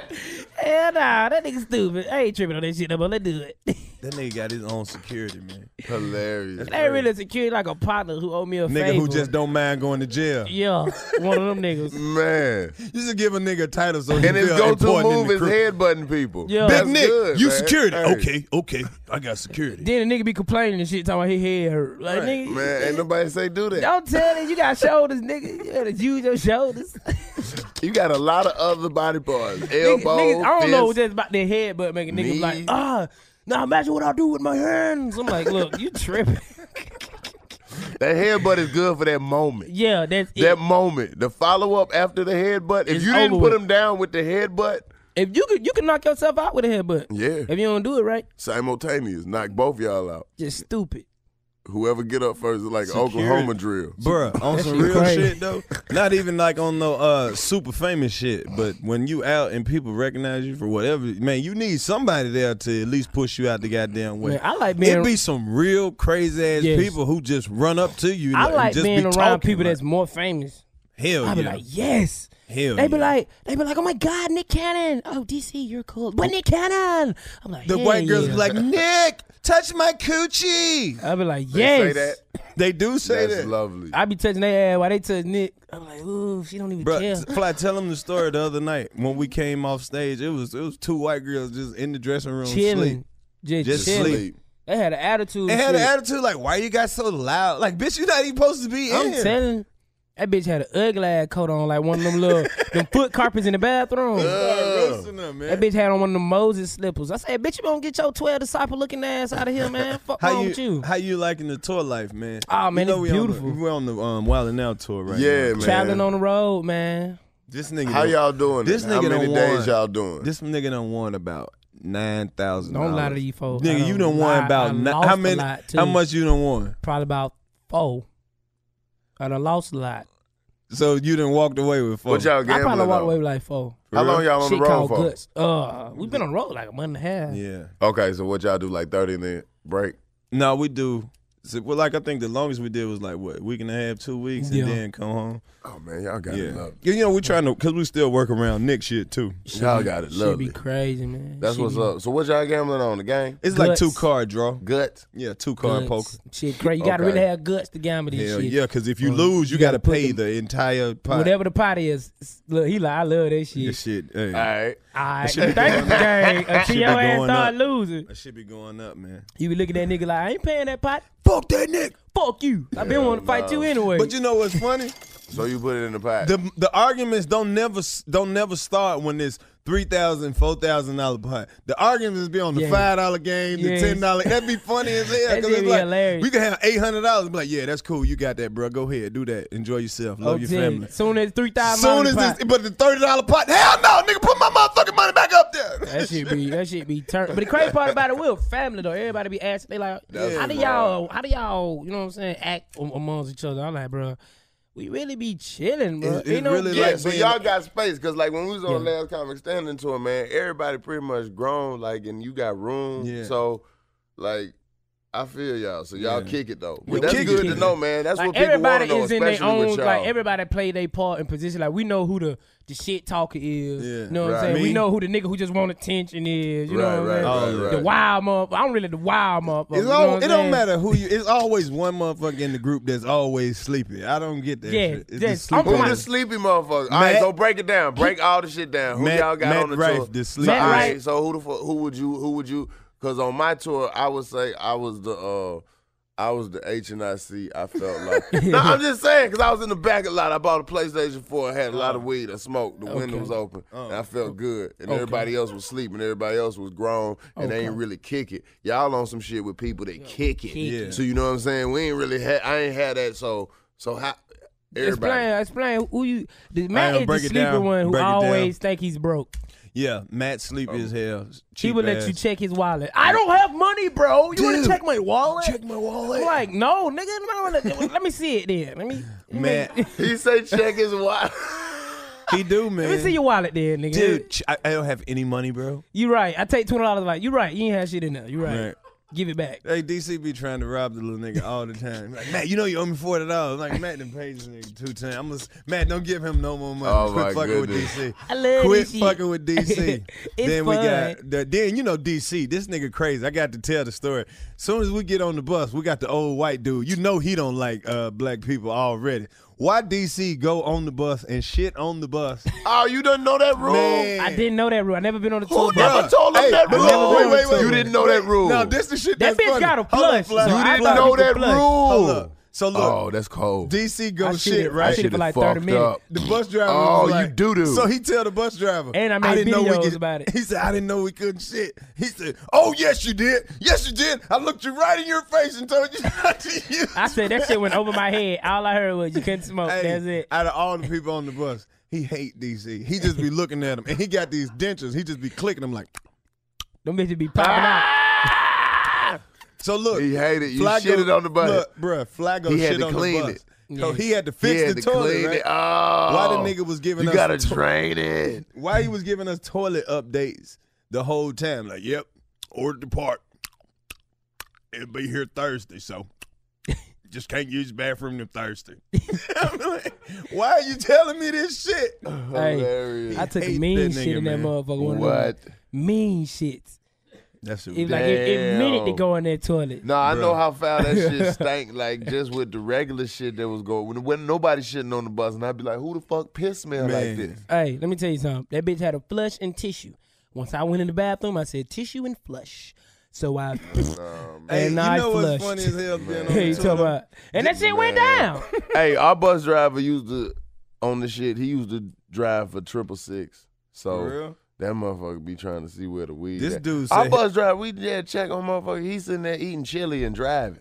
Speaker 4: hell nah, that nigga stupid. I ain't tripping on that shit no more. Let's do it.
Speaker 3: That nigga got his own security, man.
Speaker 2: Hilarious.
Speaker 4: They really security like a partner who owe me a
Speaker 3: Nigga
Speaker 4: favor.
Speaker 3: who just don't mind going to jail.
Speaker 4: Yeah, one of them niggas.
Speaker 2: Man.
Speaker 3: You should give a nigga a title so he
Speaker 2: And his
Speaker 3: feel
Speaker 2: go-to
Speaker 3: important in
Speaker 2: move
Speaker 3: the
Speaker 2: is
Speaker 3: crew.
Speaker 2: headbutting people.
Speaker 4: Yeah.
Speaker 3: Big
Speaker 4: That's
Speaker 3: Nick,
Speaker 4: good,
Speaker 3: you
Speaker 4: man.
Speaker 3: security.
Speaker 4: Hey.
Speaker 3: Okay, okay, I got security.
Speaker 4: Then a nigga be complaining and shit, talking about his head hurt. Like, nigga,
Speaker 2: Man, ain't nobody say do that.
Speaker 4: don't tell it. You got shoulders, nigga. You better use your shoulders.
Speaker 2: You got a lot of other body parts.
Speaker 4: Niggas-
Speaker 2: Elbow,
Speaker 4: niggas, I don't know
Speaker 2: fist.
Speaker 4: just about their head, but making niggas
Speaker 2: knee.
Speaker 4: like, ah, now imagine what I do with my hands. I'm like, look, you tripping.
Speaker 2: That headbutt is good for that moment.
Speaker 4: Yeah, that's it.
Speaker 2: that moment. The follow up after the headbutt. If
Speaker 4: It's
Speaker 2: you didn't
Speaker 4: over
Speaker 2: put
Speaker 4: with.
Speaker 2: him down with the headbutt,
Speaker 4: if you could, you can knock yourself out with a headbutt.
Speaker 2: yeah,
Speaker 4: If you don't do it right,
Speaker 2: simultaneous, knock both y'all out.
Speaker 4: just stupid.
Speaker 2: Whoever get up first is like
Speaker 3: Security.
Speaker 2: Oklahoma drill,
Speaker 3: Bruh, on some real shit though. Not even like on no uh super famous shit, but when you out and people recognize you for whatever, man, you need somebody there to at least push you out the goddamn way.
Speaker 4: Man, I like being-
Speaker 3: It be some real crazy ass
Speaker 4: Yes.
Speaker 3: people who just run up to you.
Speaker 4: I
Speaker 3: and
Speaker 4: like
Speaker 3: just
Speaker 4: being
Speaker 3: be
Speaker 4: around
Speaker 3: talking,
Speaker 4: people
Speaker 3: like,
Speaker 4: that's more famous.
Speaker 3: hell.
Speaker 4: I be
Speaker 3: yeah.
Speaker 4: like, yes.
Speaker 3: Hell.
Speaker 4: they be
Speaker 3: yeah.
Speaker 4: like, they be like, oh my god, Nick Cannon. Oh, DC, you're cool. But Nick Cannon. I'm like,
Speaker 3: The
Speaker 4: hell
Speaker 3: white girls
Speaker 4: yeah.
Speaker 3: be like, Nick, touch my coochie.
Speaker 4: I be like,
Speaker 3: They
Speaker 4: yes.
Speaker 3: say that. They do say
Speaker 2: That's
Speaker 3: that.
Speaker 2: lovely.
Speaker 4: I be touching their ass while they touch Nick. I'm like, ooh, she don't even
Speaker 3: Bruh,
Speaker 4: care.
Speaker 3: t- Fly, tell them the story the other night when we came off stage. It was it was two white girls just in the dressing room
Speaker 4: Chilling.
Speaker 3: sleep,
Speaker 4: Just,
Speaker 3: just
Speaker 4: chilling.
Speaker 3: sleep.
Speaker 4: They had an attitude.
Speaker 3: And had
Speaker 4: shit.
Speaker 3: an attitude like, "Why you got so loud? Like, bitch, you not even supposed to be in
Speaker 4: I'm
Speaker 3: here."
Speaker 4: telling. That bitch had an ugly ass coat on, like one of them little them foot carpets in the bathroom.
Speaker 3: roasting her, man.
Speaker 4: That bitch had on one of them Moses slippers. I said, bitch, you gonna get your 12 disciple looking ass out of here, man. Fuck
Speaker 3: How
Speaker 4: wrong
Speaker 3: you,
Speaker 4: with you.
Speaker 3: how you liking the tour life, man?
Speaker 4: Aw, Ah, man,
Speaker 3: you
Speaker 4: it's
Speaker 3: we on the-
Speaker 4: beautiful.
Speaker 3: we on the um, Wild and Out tour right
Speaker 2: Yeah,
Speaker 3: now.
Speaker 2: man.
Speaker 4: Traveling on the road, man.
Speaker 3: This nigga,
Speaker 2: How
Speaker 3: done-
Speaker 2: y'all doing?
Speaker 3: This
Speaker 2: it?
Speaker 3: nigga
Speaker 2: How many
Speaker 3: done
Speaker 2: days
Speaker 3: won-
Speaker 2: y'all doing?
Speaker 3: This nigga done won about nine thousand.
Speaker 4: Don't lie to you folks. I
Speaker 3: Nigga,
Speaker 4: done
Speaker 3: you done won
Speaker 4: lied. I
Speaker 3: about ni-
Speaker 4: lost
Speaker 3: how
Speaker 4: a
Speaker 3: many?
Speaker 4: lot,
Speaker 3: How
Speaker 4: too.
Speaker 3: much you done won?
Speaker 4: Probably about four. I done lost a lot.
Speaker 3: So you done walked away with four.
Speaker 2: What y'all
Speaker 4: I
Speaker 2: gambling?
Speaker 4: probably walked
Speaker 2: on?
Speaker 4: away with like four.
Speaker 2: How long y'all on the
Speaker 4: Shit
Speaker 2: road
Speaker 4: called
Speaker 2: for?
Speaker 4: Guts. Uh, we've been on the road like a month and a half.
Speaker 3: Yeah.
Speaker 2: Okay, so what y'all do? Like thirty and then break.
Speaker 3: No, we do. So, well, like I think the longest we did was like what week and a half, two weeks,
Speaker 4: Yeah.
Speaker 3: and then come home.
Speaker 2: Oh man, y'all got
Speaker 3: Yeah.
Speaker 2: it lovely.
Speaker 3: You know, we trying to because we still work around Nick shit too.
Speaker 2: Y'all got it
Speaker 4: Shit be
Speaker 2: lovely.
Speaker 4: crazy, man.
Speaker 2: That's
Speaker 4: Shit
Speaker 2: what's
Speaker 4: be-
Speaker 2: up. So what y'all gambling on? The game?
Speaker 3: It's like
Speaker 4: Guts.
Speaker 3: two card draw.
Speaker 2: Gut.
Speaker 3: Yeah, two card
Speaker 4: Guts.
Speaker 3: poker.
Speaker 4: Shit, great. You gotta
Speaker 3: Okay.
Speaker 4: really have guts to gamble this
Speaker 3: Hell
Speaker 4: shit.
Speaker 3: yeah, because if you
Speaker 4: Uh,
Speaker 3: lose, you, got to
Speaker 4: put
Speaker 3: pay
Speaker 4: them-
Speaker 3: the entire pot.
Speaker 4: Whatever the pot is, s- look, he like, I love that shit.
Speaker 3: This shit. Hey.
Speaker 2: All right.
Speaker 4: All right,
Speaker 3: That shit be
Speaker 4: thank you,
Speaker 3: going up.
Speaker 4: gang.
Speaker 3: That shit
Speaker 4: Until
Speaker 3: be
Speaker 4: your ass
Speaker 3: going
Speaker 4: start
Speaker 3: up.
Speaker 4: losing,
Speaker 3: That shit be going up, man.
Speaker 4: you be looking at that nigga like, I ain't paying that pot.
Speaker 3: Fuck that nigga.
Speaker 4: Fuck you. I've been wanting to fight you anyway.
Speaker 3: But you know what's funny?
Speaker 2: So you put it in the pot.
Speaker 3: the the arguments don't never s- don't never start when it's three thousand, four thousand dollar pot. The arguments be on the
Speaker 4: Yeah.
Speaker 3: five dollar game, the
Speaker 4: Yes.
Speaker 3: ten dollar. That'd be funny as hell.
Speaker 4: That
Speaker 3: 'cause
Speaker 4: shit
Speaker 3: it's
Speaker 4: be
Speaker 3: like,
Speaker 4: hilarious.
Speaker 3: We can have eight hundred dollars. Be like, yeah, that's cool. You got that, bro. Go ahead, do that. Enjoy yourself. Love your
Speaker 4: Okay.
Speaker 3: family.
Speaker 4: Soon as three thousand.
Speaker 3: Oh, Soon as this, but the thirty dollar pot. Hell no, nigga, put my motherfucking money back up there.
Speaker 4: That shit be that shit be turned. But the crazy part about it, we're family though. Everybody be asking, they like,
Speaker 3: That's
Speaker 4: how do y'all, how do y'all, you know what I'm saying, act am- amongst each other? I'm like, bro, we really be chilling, bro.
Speaker 3: It's-
Speaker 4: you
Speaker 3: it's
Speaker 4: know,
Speaker 3: really
Speaker 2: Yeah,
Speaker 3: like
Speaker 2: so
Speaker 3: being-
Speaker 2: y'all got space because like when we was on
Speaker 4: Yeah.
Speaker 2: last comic standing tour, man, everybody pretty much grown, like, and you got room.
Speaker 3: Yeah.
Speaker 2: So, like, I feel y'all. So y'all
Speaker 3: Yeah.
Speaker 2: kick it though.
Speaker 3: We
Speaker 2: But that's
Speaker 3: kick
Speaker 2: good
Speaker 3: it.
Speaker 2: to know, man. That's
Speaker 4: like
Speaker 2: what people want
Speaker 4: everybody
Speaker 2: to know,
Speaker 4: is in their
Speaker 2: especially
Speaker 4: own,
Speaker 2: with y'all.
Speaker 4: like everybody play their part in position. Like we know who the the shit talker is.
Speaker 3: Yeah.
Speaker 4: you know what
Speaker 2: Right.
Speaker 4: I'm saying?
Speaker 3: Me? Oh,
Speaker 4: We know who the nigga who just want attention is. You
Speaker 2: Right,
Speaker 4: know what
Speaker 2: right,
Speaker 4: I'm
Speaker 3: right,
Speaker 4: saying?
Speaker 3: right.
Speaker 4: The wild motherfucker. I'm really the wild motherfucker.
Speaker 3: It's
Speaker 4: you know
Speaker 3: all,
Speaker 4: what I'm
Speaker 3: it don't
Speaker 4: saying?
Speaker 3: matter who you. It's always one motherfucker in the group that's always sleepy. I don't get that.
Speaker 4: Yeah,
Speaker 3: shit. It's
Speaker 4: yes,
Speaker 3: just
Speaker 4: I'm
Speaker 3: sleepy.
Speaker 2: Who
Speaker 4: Come
Speaker 2: the
Speaker 4: on.
Speaker 2: sleepy motherfucker? All right,
Speaker 3: Matt-
Speaker 2: so break it down. Break all the shit down. Who
Speaker 3: Matt-
Speaker 2: y'all got
Speaker 3: Matt
Speaker 2: on the
Speaker 3: Rife,
Speaker 2: tour?
Speaker 3: the
Speaker 2: So,
Speaker 3: sleepy.
Speaker 2: all right,
Speaker 4: Rife.
Speaker 2: so who the fu- who would you who would you? Because on my tour, I would say I was the uh I was the H and I C. I felt like. no, I'm just saying because I was in the back a lot. I bought a PlayStation Four. I had a lot of weed. I smoked. The
Speaker 8: Okay.
Speaker 2: window was open, and I felt good. And
Speaker 8: Okay.
Speaker 2: everybody else was sleeping. Everybody else was grown, and they ain't really kick it. Y'all on some shit with people that kick it.
Speaker 4: Kick it.
Speaker 2: So you know what I'm saying? We ain't really had. I ain't had that. So so how? Everybody.
Speaker 4: Explain, explain who you. The
Speaker 3: I ain't
Speaker 4: man
Speaker 3: gonna
Speaker 4: is the
Speaker 3: break it
Speaker 4: sleeper
Speaker 3: down,
Speaker 4: one who
Speaker 3: break it down.
Speaker 4: always think he's broke.
Speaker 3: Yeah, Matt sleepy as hell.
Speaker 4: Oh. He
Speaker 3: Cheap
Speaker 4: would let
Speaker 3: ass.
Speaker 4: you check his wallet. I don't have money, bro. You want
Speaker 3: Dude,
Speaker 4: to check my wallet? Check
Speaker 2: my wallet.
Speaker 4: I'm like, no, nigga. I don't wanna- let me see it then. Let me.
Speaker 3: Man,
Speaker 2: he say check his wallet.
Speaker 3: He do, man.
Speaker 4: Let me see your wallet then, nigga.
Speaker 3: Dude, ch- I, I don't have any money, bro.
Speaker 4: You right. I take twenty dollars. Like you right. You ain't had shit in there. You right. Give it back.
Speaker 3: Hey, DC be trying to rob the little nigga all the time. Like, Matt, you know you owe me forty dollars. Like, Matt done paid this nigga two times. I'm just, Matt, don't give him no more money.
Speaker 2: Oh,
Speaker 3: Quit
Speaker 2: my
Speaker 3: fucking
Speaker 2: goodness.
Speaker 3: with DC.
Speaker 4: I love
Speaker 3: Quit
Speaker 4: this shit.
Speaker 3: fucking with DC.
Speaker 4: It's
Speaker 3: then we
Speaker 4: fun.
Speaker 3: got the, then you know DC. This nigga crazy. I got to tell the story. Soon as we get on the bus, we got the old white dude. You know he don't like uh, black people already. Why DC go on the bus and shit on the bus?
Speaker 2: Oh, you didn't know that rule?
Speaker 4: I didn't know that rule. I never been on the
Speaker 2: Who
Speaker 4: tour.
Speaker 2: never
Speaker 4: bus.
Speaker 2: told him
Speaker 4: Hey,
Speaker 2: that
Speaker 4: I
Speaker 2: rule?
Speaker 4: never been on the tour
Speaker 2: You
Speaker 4: bus.
Speaker 2: didn't know that rule.
Speaker 3: No, this the shit.
Speaker 4: That
Speaker 3: that's
Speaker 4: bitch
Speaker 3: funny.
Speaker 4: got a
Speaker 3: Hold
Speaker 4: flush.
Speaker 3: up, flush.
Speaker 4: so
Speaker 2: you
Speaker 4: I
Speaker 2: didn't
Speaker 4: thought
Speaker 2: know
Speaker 4: people
Speaker 2: that
Speaker 4: flush.
Speaker 2: rule.
Speaker 3: Hold up. So look,
Speaker 2: Oh, that's cold.
Speaker 3: DC go
Speaker 2: I
Speaker 3: shit,
Speaker 2: should've- I
Speaker 3: right?
Speaker 2: should've Shit is like 30 fucked minutes. up.
Speaker 3: The bus driver.
Speaker 2: Oh,
Speaker 3: was like-
Speaker 2: you doo-doo.
Speaker 3: So he tell the bus driver.
Speaker 4: And I made
Speaker 3: didn't know
Speaker 4: videos
Speaker 3: we could,
Speaker 4: about it.
Speaker 3: He said, I didn't know we couldn't shit. He said, Oh yes, you did. Yes, you did. I looked you right in your face and told you not to use.
Speaker 4: I said that shit went over my head. All I heard was you couldn't smoke.
Speaker 3: Hey,
Speaker 4: Oh, That's it.
Speaker 3: Out of all the people on the bus, he hate DC. He just be looking at him, and he got these dentures. He just be clicking them like.
Speaker 4: Them bitches be popping
Speaker 3: Ah.
Speaker 4: out.
Speaker 3: So look,
Speaker 2: He hated you
Speaker 3: Flago-
Speaker 2: shitted on the bus.
Speaker 3: Look, bruh, Flago
Speaker 2: He had
Speaker 3: shit
Speaker 2: to
Speaker 3: on the
Speaker 2: clean
Speaker 3: bus.
Speaker 2: it.
Speaker 3: So
Speaker 2: Yeah.
Speaker 3: he had to
Speaker 2: He
Speaker 3: fix
Speaker 2: had
Speaker 3: the
Speaker 2: to
Speaker 3: toilet.
Speaker 2: clean
Speaker 3: right?
Speaker 2: it. Oh.
Speaker 3: Why the nigga was giving
Speaker 2: You
Speaker 3: us
Speaker 2: gotta
Speaker 3: to-
Speaker 2: drain it.
Speaker 3: Why he was giving us toilet updates the whole time? Like, yep, ordered the part. It'll be here Thursday, so just can't use the bathroom till Thursday. I'm like, Why are you telling me this shit?
Speaker 4: Hey, I took
Speaker 3: Hate
Speaker 4: mean
Speaker 3: that
Speaker 4: shit
Speaker 3: nigga,
Speaker 4: in that
Speaker 3: man.
Speaker 4: motherfucker. one of them. Mean shit.
Speaker 3: That's
Speaker 4: It was like it, it minute to
Speaker 2: Damn.
Speaker 4: go in that toilet.
Speaker 2: No, I know how foul that shit stank. Like just with the regular shit that was going when, when nobody shitting on the bus, and I'd be like, "Who the fuck piss smell like
Speaker 3: Man.
Speaker 2: this?"
Speaker 4: Hey, let me tell you something. That bitch had a flush and tissue. Once I went in the bathroom, I said tissue and flush. So I
Speaker 3: Hey,
Speaker 4: and
Speaker 3: you
Speaker 4: I
Speaker 3: know what's
Speaker 4: flushed.
Speaker 3: funny as hell? Being on
Speaker 4: Hey,
Speaker 3: the
Speaker 4: you talking
Speaker 3: Twitter?
Speaker 4: about- and that shit went down.
Speaker 2: hey, our bus driver used to on the shit. He used to drive for triple six.
Speaker 3: For
Speaker 2: So
Speaker 3: real?
Speaker 2: that motherfucker be trying to see where the weed.
Speaker 3: This
Speaker 2: at.
Speaker 3: dude
Speaker 2: our
Speaker 3: said-
Speaker 2: bus driver. We did check on motherfucker. He's sitting there eating chili and driving.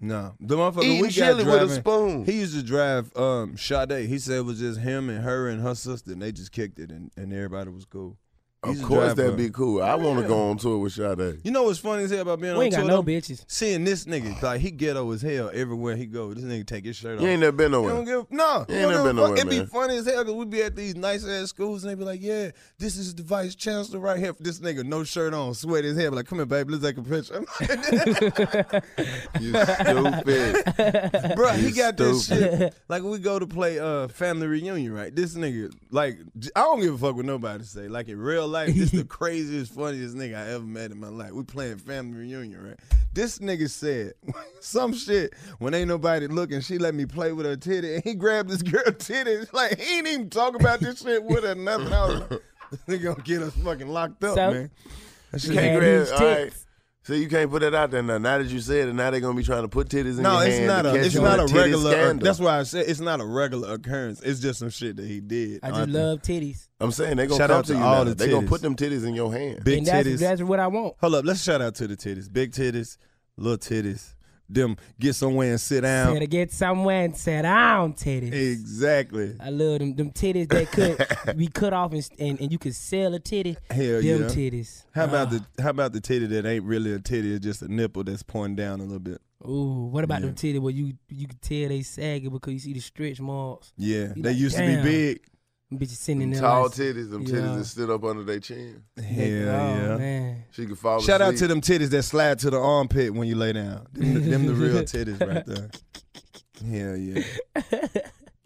Speaker 3: No, the motherfucker
Speaker 2: Eating
Speaker 3: we got
Speaker 2: chili with a
Speaker 3: driving-
Speaker 2: spoon.
Speaker 3: He used to drive um Sade. He said it was just him and her and her sister, and they just kicked it, and, and everybody was cool. He
Speaker 2: Of
Speaker 3: used to
Speaker 2: course,
Speaker 3: drive
Speaker 2: that'd
Speaker 3: for-
Speaker 2: be cool. I want to
Speaker 3: Yeah.
Speaker 2: go on tour with Sade.
Speaker 3: You know what's funny as hell about being
Speaker 4: We
Speaker 3: on
Speaker 4: ain't got
Speaker 3: tour,
Speaker 4: no
Speaker 3: though?
Speaker 4: bitches.
Speaker 3: Seeing this nigga like he ghetto as hell everywhere he go. This nigga take his shirt off.
Speaker 2: You ain't never been
Speaker 3: He
Speaker 2: nowhere.
Speaker 3: don't give no.
Speaker 2: You
Speaker 3: he
Speaker 2: ain't never
Speaker 3: don't give a
Speaker 2: been
Speaker 3: fuck.
Speaker 2: nowhere,
Speaker 3: It'd be
Speaker 2: man.
Speaker 3: funny as hell because we be at these nice ass schools and they be like, "Yeah, this is the vice chancellor right here." This nigga no shirt on, sweat his head. Like, come here, baby, let's take a picture.
Speaker 2: You stupid.
Speaker 3: Bro,
Speaker 2: You
Speaker 3: he got this
Speaker 2: stupid.
Speaker 3: shit. Like we go to play uh family reunion, right? This nigga, like j- I don't give a fuck what nobody say. Like in real life, this the craziest, funniest nigga I ever met in my life. We playing family reunion, right? This nigga said some shit when ain't nobody looking. She let me play with her titty, and he grabbed this girl titty. It's Like he ain't even talk about this shit with her nothing. I was like, this nigga gonna get us fucking locked up,
Speaker 4: So?
Speaker 3: man. That
Speaker 2: You
Speaker 3: shit-
Speaker 2: can't grab. All right. So you can't put that out there now. Now that you said it, now they're gonna be trying to put titties in
Speaker 3: No,
Speaker 2: your
Speaker 3: it's
Speaker 2: hand
Speaker 3: not
Speaker 2: to
Speaker 3: a
Speaker 2: catch
Speaker 3: it's
Speaker 2: you in
Speaker 3: not a
Speaker 2: titty
Speaker 3: regular.
Speaker 2: Scandal.
Speaker 3: That's why I said it's not a regular occurrence. It's just some shit that he did.
Speaker 4: I just love titties.
Speaker 2: I'm saying they gonna
Speaker 3: Shout
Speaker 2: come
Speaker 3: out
Speaker 2: to
Speaker 3: to
Speaker 2: you
Speaker 3: all
Speaker 2: now.
Speaker 3: the
Speaker 2: They gonna
Speaker 3: titties.
Speaker 2: put them titties in your hand.
Speaker 3: Big
Speaker 4: and
Speaker 3: titties.
Speaker 4: that's, that's what I want.
Speaker 3: Hold up, let's shout out to the titties, big titties, little titties. Them get somewhere and sit down.
Speaker 4: Gotta get somewhere and sit down, titties.
Speaker 3: Exactly.
Speaker 4: I love them them titties that could be cut off and, and and you could sell a titty.
Speaker 3: Hell
Speaker 4: them
Speaker 3: yeah.
Speaker 4: titties. Ah,
Speaker 3: How about the how about the titty that ain't really a titty? It's just a nipple that's pointing down a little bit.
Speaker 4: Ooh, what about
Speaker 3: Yeah.
Speaker 4: them titties where you you can tell they sagging because you see the stretch marks.
Speaker 3: Yeah,
Speaker 4: You
Speaker 3: they
Speaker 4: like,
Speaker 3: used to
Speaker 4: damn.
Speaker 3: be big.
Speaker 4: Them bitches sitting in
Speaker 2: Them
Speaker 4: there.
Speaker 2: tall
Speaker 4: like-
Speaker 2: titties, them titties
Speaker 4: Yeah.
Speaker 2: that sit up under their chin.
Speaker 3: Hell yeah.
Speaker 4: man.
Speaker 2: She could fall
Speaker 3: Shout out to
Speaker 2: asleep.
Speaker 3: them titties that slide to the armpit when you lay down. Them, them the real titties right there. Hell yeah.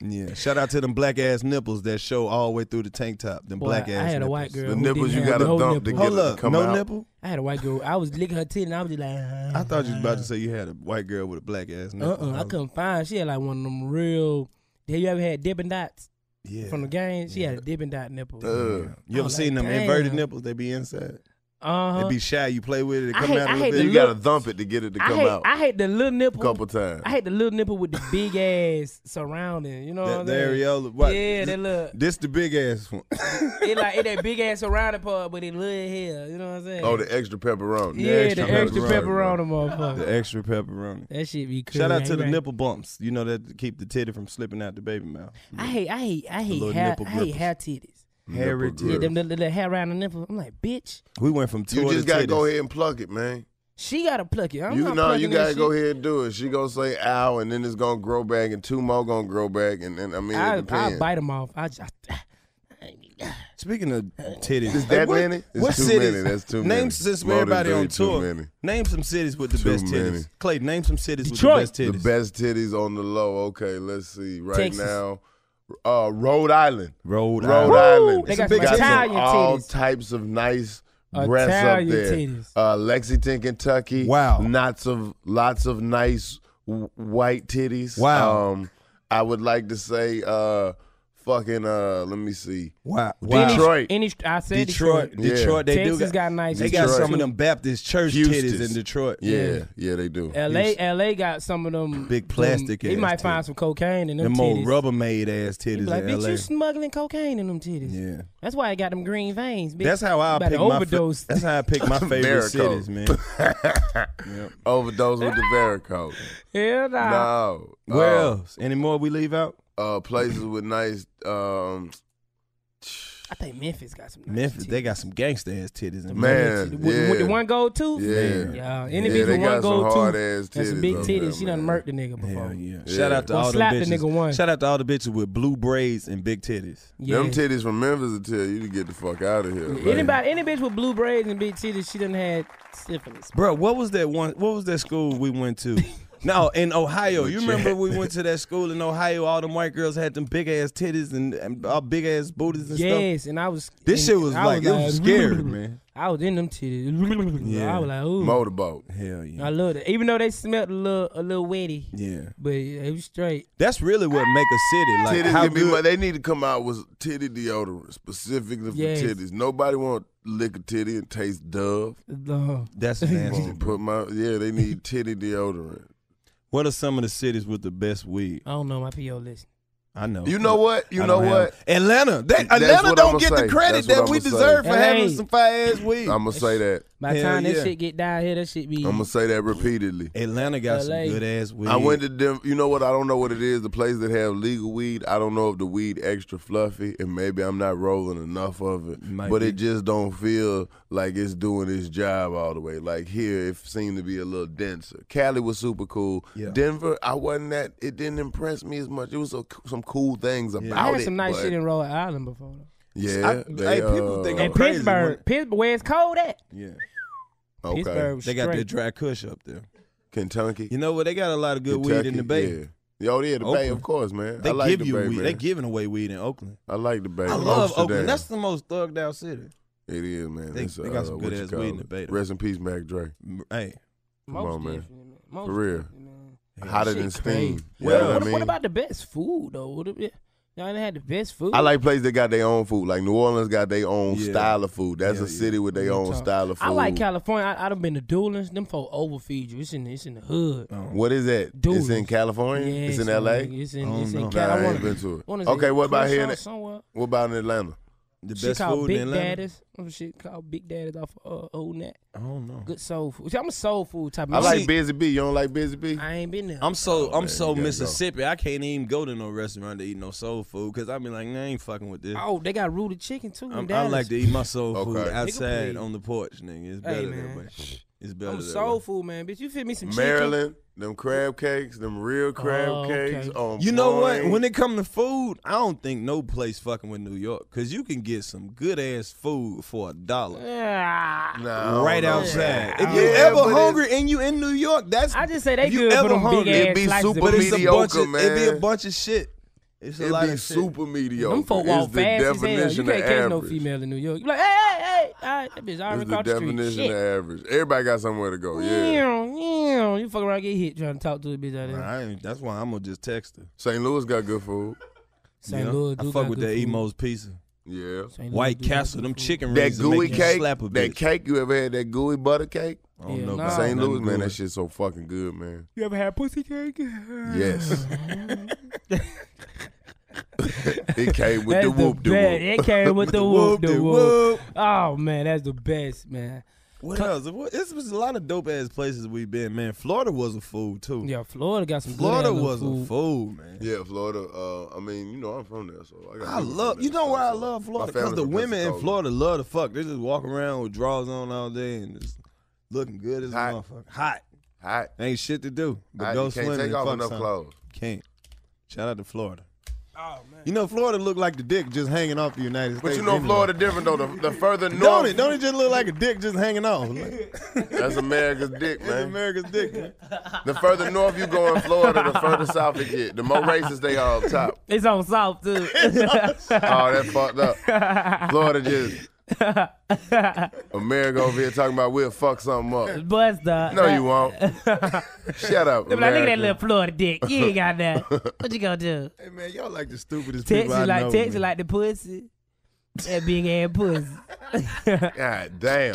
Speaker 3: Yeah. Shout out to them black ass nipples that show all the way through the tank top. Them
Speaker 4: Boy,
Speaker 3: black
Speaker 4: I
Speaker 3: ass
Speaker 4: had a
Speaker 3: nipples.
Speaker 4: white girl The who nipples didn't you have gotta no
Speaker 2: dump to nipple. get
Speaker 3: Hold
Speaker 2: it to
Speaker 3: up,
Speaker 2: come
Speaker 3: no
Speaker 2: out.
Speaker 3: nipple?
Speaker 4: I had a white girl. I was licking her titty and I was just like,
Speaker 3: I thought you was about to say you had a white girl with a black ass
Speaker 4: uh
Speaker 3: nipple.
Speaker 4: uh I couldn't find. She had like one of them real. Have you ever had Dippin' Dots?
Speaker 3: Yeah.
Speaker 4: From the game, she had a Dippin' Dot nipple.
Speaker 3: Ugh. You
Speaker 4: I
Speaker 3: ever
Speaker 4: was
Speaker 3: seen
Speaker 4: like,
Speaker 3: them inverted
Speaker 4: damn.
Speaker 3: nipples? They be inside.
Speaker 4: Uh-huh.
Speaker 3: It be shy. You play with it. It
Speaker 4: I
Speaker 3: come
Speaker 4: hate-
Speaker 3: out a
Speaker 4: I
Speaker 3: little
Speaker 4: hate
Speaker 3: bit.
Speaker 4: the
Speaker 3: You gotta
Speaker 4: look-
Speaker 3: thump it to get it to
Speaker 4: I
Speaker 3: come
Speaker 4: hate,
Speaker 3: out.
Speaker 4: I hate the little nipple.
Speaker 3: Couple times.
Speaker 4: I hate the little nipple with the big ass surrounding. You know what
Speaker 3: That,
Speaker 4: I'm
Speaker 3: the
Speaker 4: saying?
Speaker 3: areola. What?
Speaker 4: Yeah, that look.
Speaker 3: This the big ass one.
Speaker 4: it like it that big ass surrounding part, but it little here. You know what I'm saying?
Speaker 3: Oh, the extra pepperoni.
Speaker 4: Yeah, the extra pepperoni, motherfucker.
Speaker 3: The extra pepperoni.
Speaker 4: That shit be crazy.
Speaker 3: Shout out to
Speaker 4: ain't
Speaker 3: the
Speaker 4: right?
Speaker 3: nipple bumps. You know that keep the titty from slipping out the baby mouth.
Speaker 4: I hate, I hate, I
Speaker 3: The
Speaker 4: hate,
Speaker 3: little
Speaker 4: hair,
Speaker 3: nipple
Speaker 4: I hate
Speaker 3: grippers.
Speaker 4: hair titties.
Speaker 3: Hairy
Speaker 4: Yeah,
Speaker 3: titties.
Speaker 4: them little, little hair around the nipple. I'm like, bitch,
Speaker 3: We went from two
Speaker 2: You
Speaker 3: to
Speaker 2: just gotta go
Speaker 3: titties.
Speaker 2: ahead and pluck it, man.
Speaker 4: she gotta pluck it. I'm
Speaker 2: you
Speaker 4: not
Speaker 2: no, you
Speaker 4: plucking that
Speaker 2: gotta go
Speaker 4: shit.
Speaker 2: ahead and do it. She gonna say ow, and then it's gonna grow back, and two more gonna grow back, and then I mean, it
Speaker 4: I, I
Speaker 2: depends.
Speaker 4: bite them off. I just,
Speaker 3: Speaking of titties,
Speaker 2: Uh, Is that
Speaker 3: What-
Speaker 2: many? It's
Speaker 3: what
Speaker 2: too
Speaker 3: cities?
Speaker 2: many. That's too
Speaker 3: name
Speaker 2: many.
Speaker 3: since
Speaker 2: More than
Speaker 3: everybody
Speaker 2: three,
Speaker 3: on
Speaker 2: too
Speaker 3: tour.
Speaker 2: many.
Speaker 3: Name some cities with the
Speaker 2: Too
Speaker 3: best
Speaker 2: many.
Speaker 3: titties. Clay, name some cities with the
Speaker 2: The
Speaker 3: best titties.
Speaker 2: best titties on the low. Okay, let's see. Right
Speaker 3: Texas.
Speaker 2: now, uh, Rhode Island. Rhode
Speaker 3: Rhode Island. Woo!
Speaker 2: Island.
Speaker 3: They got some
Speaker 2: got
Speaker 3: Italian
Speaker 2: some all
Speaker 3: titties.
Speaker 2: types of nice breasts up
Speaker 3: Italian
Speaker 2: there.
Speaker 3: titties.
Speaker 2: Uh, Lexington, Kentucky. Wow. Lots of lots of nice w- white titties.
Speaker 3: Wow.
Speaker 2: Um, I would like to say, uh, fucking. Uh, let me see.
Speaker 3: Wow. Wow.
Speaker 2: Detroit.
Speaker 4: Any, I said
Speaker 3: Detroit,
Speaker 4: Detroit.
Speaker 2: Yeah.
Speaker 3: Detroit, they do
Speaker 4: Texas
Speaker 3: got,
Speaker 4: got nice
Speaker 3: They got
Speaker 2: Detroit.
Speaker 3: some of them Baptist church titties
Speaker 2: Houston's.
Speaker 3: in Detroit.
Speaker 2: Yeah, yeah, they do.
Speaker 4: L.A. L.A. got some of them
Speaker 3: Big plastic
Speaker 4: Them, they
Speaker 3: ass
Speaker 4: might find some cocaine in them
Speaker 3: Them old
Speaker 4: titties.
Speaker 3: Rubbermaid ass
Speaker 4: You be
Speaker 3: titties
Speaker 4: like,
Speaker 3: in
Speaker 4: bitch,
Speaker 3: LA.
Speaker 4: you smuggling cocaine in them titties.
Speaker 3: Yeah.
Speaker 4: That's why I got them green veins. Bitch.
Speaker 3: That's how I
Speaker 4: About to
Speaker 3: pick my. fa-
Speaker 4: overdose.
Speaker 3: that's how I pick my favorite
Speaker 2: Varicose.
Speaker 3: cities, man.
Speaker 2: Oh. Overdose with the varicose.
Speaker 4: Hell
Speaker 3: Ah.
Speaker 4: nah.
Speaker 2: No.
Speaker 3: Where
Speaker 2: Uh,
Speaker 3: else? Any more we leave out?
Speaker 2: Uh, places with nice. Um,
Speaker 4: I think Memphis got some.
Speaker 3: Memphis, they got some gangster ass titties. In
Speaker 2: Man,
Speaker 3: Memphis.
Speaker 4: With, with the one gold tooth,
Speaker 3: Yeah.
Speaker 4: yeah. Any
Speaker 3: Yeah,
Speaker 4: bitch
Speaker 3: they
Speaker 4: with one
Speaker 3: got some
Speaker 4: gold tooth,
Speaker 3: hard-ass
Speaker 4: and some
Speaker 3: titties
Speaker 4: big
Speaker 3: up
Speaker 4: titties.
Speaker 3: there,
Speaker 4: she done murked the nigga before. yeah.
Speaker 3: Shout out to
Speaker 4: Or
Speaker 3: all them
Speaker 4: slapped
Speaker 3: bitches.
Speaker 4: Oh. the nigga once.
Speaker 3: Shout out to all the bitches with blue braids and big titties.
Speaker 2: Them titties from Memphis will tell you to get the fuck out of here. man.
Speaker 4: Anybody, any bitch with blue braids and big titties, she done had syphilis.
Speaker 3: Bro, what was that one? What was that school we went to? No, in Ohio. You remember we went to that school in Ohio? All them white girls had them big ass titties and, and all big ass booties and stuff.
Speaker 4: Yes, and I was.
Speaker 3: This
Speaker 4: and
Speaker 3: shit was
Speaker 4: I
Speaker 3: like it was scary, man.
Speaker 4: I was in them titties. I was like, ooh,
Speaker 2: motorboat.
Speaker 3: Hell yeah,
Speaker 4: I love it. Even though they smelled a little, a little wetty,
Speaker 3: yeah.
Speaker 4: but it was straight.
Speaker 3: That's really what make a city. Like
Speaker 2: titties
Speaker 3: how
Speaker 2: can be,
Speaker 3: good.
Speaker 2: but they need to come out with titty deodorant specifically for
Speaker 4: Yes.
Speaker 2: titties. Nobody want to lick a titty and taste Dove.
Speaker 4: Dove.
Speaker 3: That's
Speaker 2: nasty.
Speaker 3: nasty.
Speaker 2: Put my yeah, they need titty deodorant.
Speaker 3: What are some of the cities with the best weed?
Speaker 4: I don't know my PO list.
Speaker 3: I know.
Speaker 2: You know what? You
Speaker 3: Oh, I
Speaker 2: know
Speaker 3: don't have-
Speaker 2: what?
Speaker 3: Atlanta. That,
Speaker 2: That's
Speaker 3: Atlanta
Speaker 2: what
Speaker 3: don't
Speaker 2: I'ma
Speaker 3: get
Speaker 2: say.
Speaker 3: the credit
Speaker 2: That's what
Speaker 3: that we
Speaker 2: I'ma say.
Speaker 3: deserve for
Speaker 2: Hey.
Speaker 3: having some fire ass weed.
Speaker 2: I'm gonna say that.
Speaker 4: By the
Speaker 3: Hell
Speaker 4: time
Speaker 3: yeah.
Speaker 4: that shit get down here, that shit be.
Speaker 2: I'm gonna say that repeatedly.
Speaker 3: Atlanta got some LA. good-ass
Speaker 2: I
Speaker 3: weed.
Speaker 2: went to them. You know what? I don't know what it is. The place that have legal weed, I don't know if the weed extra fluffy, and maybe I'm not rolling enough of it.
Speaker 3: Might
Speaker 2: but
Speaker 3: be.
Speaker 2: it just don't feel like it's doing its job all the way. Like here, it seemed to be a little denser. Cali was super cool.
Speaker 3: Yeah.
Speaker 2: Denver, I wasn't that. It didn't impress me as much. It was a, some cool things about
Speaker 4: I had
Speaker 2: it.
Speaker 4: some nice
Speaker 2: but-
Speaker 4: shit in Rhode Island before. though.
Speaker 2: Yeah, uh,
Speaker 3: I- hey, people think I'm
Speaker 4: And
Speaker 3: crazy
Speaker 4: Pittsburgh,
Speaker 3: when-
Speaker 4: Pittsburgh, where it's cold at.
Speaker 3: Yeah.
Speaker 2: Okay.
Speaker 4: Pittsburgh was
Speaker 3: They got
Speaker 4: straight.
Speaker 3: that dry kush up there.
Speaker 2: Kentucky.
Speaker 3: You know what? They got a lot of good weed in the Bay.
Speaker 2: Kentucky, Yeah. Oh yeah, the Bay,
Speaker 3: Oakland.
Speaker 2: of course, man.
Speaker 3: They
Speaker 2: I like
Speaker 3: give
Speaker 2: the
Speaker 3: you
Speaker 2: Bay,
Speaker 3: weed.
Speaker 2: man.
Speaker 3: They giving away weed in Oakland.
Speaker 2: I like the Bay.
Speaker 3: I love
Speaker 2: Amsterdam.
Speaker 3: Oakland. That's the most thugged out city.
Speaker 2: It is, man.
Speaker 3: They-
Speaker 2: It's, uh,
Speaker 3: they got some
Speaker 2: what
Speaker 3: good
Speaker 2: you
Speaker 3: ass
Speaker 2: call
Speaker 3: weed in
Speaker 2: it.
Speaker 3: the Bay, though.
Speaker 2: Rest in peace, Mac Dre.
Speaker 3: Hey,
Speaker 2: Come
Speaker 4: Most
Speaker 2: on, man.
Speaker 4: definitely, man. Most
Speaker 2: For real.
Speaker 4: definitely, man.
Speaker 2: Hotter
Speaker 4: Shit
Speaker 2: than
Speaker 4: crazy.
Speaker 2: steam. you
Speaker 4: What,
Speaker 2: know
Speaker 4: what-
Speaker 2: what I
Speaker 4: what
Speaker 2: mean?
Speaker 4: about the best food though? What, yeah, y'all ain't had the best food.
Speaker 2: I like places that got their own food. Like New Orleans got their own
Speaker 3: Yeah.
Speaker 2: style of food. That's a city with their own style of food.
Speaker 4: I like California. I, I done been to Doolins. Them folk overfeed you. It's in it's in the hood.
Speaker 2: What is that? It's in California.
Speaker 4: Yes,
Speaker 2: it's in L.A.
Speaker 4: man. It's in-
Speaker 2: Uh, I don't
Speaker 4: it's in
Speaker 2: know.
Speaker 4: Cal-
Speaker 2: Nah,
Speaker 4: I
Speaker 2: I
Speaker 4: wanna-
Speaker 2: ain't been to
Speaker 4: wanna
Speaker 2: it.
Speaker 4: say
Speaker 2: Okay, what about here? in-
Speaker 4: Crenshaw somewhere.
Speaker 2: What about in Atlanta? The
Speaker 4: Shit called Big Daddy's. Some shit called Big Daddy's off of, uh, Old Nat.
Speaker 3: I don't know.
Speaker 4: Good soul food. See, I'm a soul food type. of
Speaker 2: I
Speaker 4: man.
Speaker 2: like Busy Bee. You don't like Busy Bee?
Speaker 4: I ain't been there.
Speaker 3: I'm so
Speaker 2: Oh,
Speaker 3: I'm
Speaker 2: man, you
Speaker 3: so
Speaker 2: gotta go.
Speaker 3: Mississippi. I can't even go to no restaurant to eat no soul food because I be like, nah, I ain't fucking with this.
Speaker 4: Oh, they got rooted chicken too. in
Speaker 3: I'm, I
Speaker 4: Dallas.
Speaker 3: like to eat my soul food
Speaker 2: Okay.
Speaker 3: outside
Speaker 4: Nigga, please.
Speaker 3: on the porch, nigga. It's better
Speaker 4: Hey,
Speaker 3: that
Speaker 4: man.
Speaker 3: way. It's better
Speaker 4: I'm
Speaker 3: that
Speaker 4: soul
Speaker 3: way.
Speaker 4: food man, bitch. You feel me some
Speaker 2: Maryland, them crab cakes, them real crab
Speaker 4: Oh, okay.
Speaker 2: cakes. On
Speaker 3: You know what?
Speaker 2: point.
Speaker 3: When it come to food, I don't think no place fucking with New York because you can get some good ass food for a dollar.
Speaker 4: chicken? Yeah.
Speaker 2: Nah,
Speaker 3: right
Speaker 2: I don't know.
Speaker 3: outside.
Speaker 2: Yeah,
Speaker 3: If you
Speaker 2: I-
Speaker 3: ever
Speaker 2: but it's-
Speaker 3: hungry and you in New York, that's
Speaker 4: I just say they
Speaker 3: if you
Speaker 4: good
Speaker 3: ever
Speaker 4: for them
Speaker 3: hungry,
Speaker 4: big ass
Speaker 2: it be
Speaker 4: slices of
Speaker 2: super
Speaker 4: food.
Speaker 3: it's a bunch
Speaker 2: mediocre,
Speaker 3: of,
Speaker 2: man.
Speaker 3: It be a bunch of shit. It's a
Speaker 2: It
Speaker 3: lot
Speaker 2: be
Speaker 3: of
Speaker 2: super mediocre.
Speaker 4: Them folk
Speaker 2: It's
Speaker 4: walk
Speaker 2: the
Speaker 4: fast as hell. You
Speaker 2: definition
Speaker 4: can't
Speaker 2: of
Speaker 4: catch no
Speaker 2: average.
Speaker 4: female in New York. You like, hey, hey, hey, all right, that bitch already
Speaker 2: It's the
Speaker 4: across the street.
Speaker 2: definition
Speaker 4: Shit.
Speaker 2: of average. Everybody got somewhere to go. Yeah.
Speaker 4: Yeah, yeah. You fuck around, get hit trying to talk to a bitch out
Speaker 3: shit.
Speaker 4: there.
Speaker 3: I ain't, that's why I'm gonna just text her.
Speaker 2: St. Louis got good food.
Speaker 4: St.
Speaker 3: You know?
Speaker 4: Louis,
Speaker 3: I
Speaker 4: do
Speaker 3: fuck
Speaker 4: got
Speaker 3: with
Speaker 4: good
Speaker 3: that
Speaker 4: food.
Speaker 3: Emo's pizza.
Speaker 2: Yeah.
Speaker 3: White Castle, them chicken
Speaker 2: That
Speaker 3: rings will
Speaker 2: gooey
Speaker 3: make you
Speaker 2: cake,
Speaker 3: slap a
Speaker 2: that
Speaker 3: bitch.
Speaker 2: cake you ever had, that gooey butter cake.
Speaker 3: I don't Yeah, know nah. about
Speaker 2: St. Louis,
Speaker 3: nothing
Speaker 2: man,
Speaker 3: gooey.
Speaker 2: that shit so fucking good, man.
Speaker 9: You ever had pussy cake?
Speaker 4: Mm.
Speaker 2: Yes. it came with
Speaker 4: That's
Speaker 2: the whoop de
Speaker 4: best.
Speaker 2: whoop.
Speaker 4: It came with the whoop de whoop.
Speaker 3: whoop-de-whoop.
Speaker 4: Oh man, that's the best, man.
Speaker 3: What else? What, this was a lot of dope ass places we've been, man. Florida was a fool too.
Speaker 4: Yeah, Florida got some.
Speaker 3: Florida
Speaker 4: good
Speaker 3: was a fool, man.
Speaker 2: Yeah, Florida. Uh, I mean, you know, I'm from there, so I got.
Speaker 3: I love. You know why I love Florida? Because the women in Florida love to fuck. They just walk around with drawers on all day and just looking good as a motherfucker. Hot.
Speaker 2: Hot.
Speaker 3: Ain't shit to do. But
Speaker 2: Hot.
Speaker 3: go
Speaker 2: You can't
Speaker 3: swimming
Speaker 2: take
Speaker 3: and
Speaker 2: off
Speaker 3: fuck
Speaker 2: enough
Speaker 3: something.
Speaker 2: clothes.
Speaker 3: Can't. Shout out to Florida. Oh man. You know Florida look like the dick just hanging off the United
Speaker 2: But
Speaker 3: States.
Speaker 2: you know,
Speaker 3: anyway.
Speaker 2: Florida different though. The, the further north,
Speaker 3: Don't it? Don't it just look like a dick just hanging off?
Speaker 2: That's America's dick, man.
Speaker 3: America's dick. Man.
Speaker 2: The further north you go in Florida, the further south it get. The more racist they are up top.
Speaker 4: It's on South too.
Speaker 2: Oh, that fucked up. Florida just. America over here talking about we'll fuck something up.
Speaker 4: Bust the.
Speaker 2: No, you won't. Shut up.
Speaker 4: They be like, look at that
Speaker 2: America.
Speaker 4: little Florida dick. You ain't got that. What you gonna do?
Speaker 3: Hey man, y'all like the stupidest people I
Speaker 4: Texas like
Speaker 3: know.
Speaker 4: Texas
Speaker 3: man.
Speaker 4: like the pussy. That big ass pussy.
Speaker 2: God damn.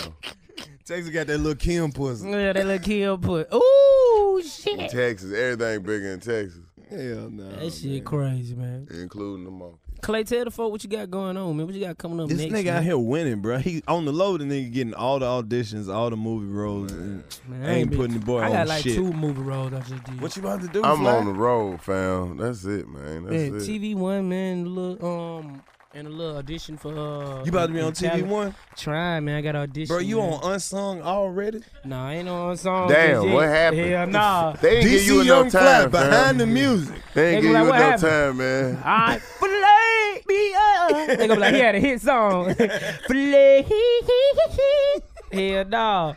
Speaker 3: Texas got that little Kim pussy.
Speaker 4: yeah, that little kill pussy. Ooh
Speaker 2: In
Speaker 4: shit.
Speaker 2: Texas, everything bigger in Texas.
Speaker 3: Hell no.
Speaker 4: That shit crazy, man.
Speaker 2: Including the monkey.
Speaker 4: Clay, tell the folk what you got going on, man. What you got coming up
Speaker 3: This
Speaker 4: next?
Speaker 3: nigga
Speaker 4: man?
Speaker 3: out here winning, bro. He on the low. The nigga getting all the auditions, all the movie roles, and
Speaker 4: Man, I
Speaker 3: ain't
Speaker 4: been-
Speaker 3: putting the boy
Speaker 4: I
Speaker 3: on
Speaker 4: got like
Speaker 3: shit.
Speaker 4: two movie roles I just did.
Speaker 3: What you about to do?
Speaker 2: I'm on the road, fam. That's it, man. That's
Speaker 4: Yeah,
Speaker 2: it.
Speaker 4: TV One, man. Little um, and a little audition for. uh
Speaker 3: You about to be
Speaker 4: in
Speaker 3: on TV
Speaker 4: Cali-
Speaker 3: One?
Speaker 4: Trying, man. I got audition.
Speaker 3: Bro, you
Speaker 4: man.
Speaker 3: on unsung already?
Speaker 4: No, I ain't on song.
Speaker 2: Damn,
Speaker 4: just yet.
Speaker 2: what happened?
Speaker 4: Hell nah.
Speaker 2: They ain't give you
Speaker 3: DC
Speaker 2: enough
Speaker 3: Young
Speaker 2: time,
Speaker 3: Fly
Speaker 2: fam.
Speaker 3: behind the music.
Speaker 2: They ain't give
Speaker 4: They be
Speaker 2: you
Speaker 4: like,
Speaker 2: enough
Speaker 4: what
Speaker 2: time, man.
Speaker 4: I flay me up. They gonna be like, he had a hit song. flay. Hell no.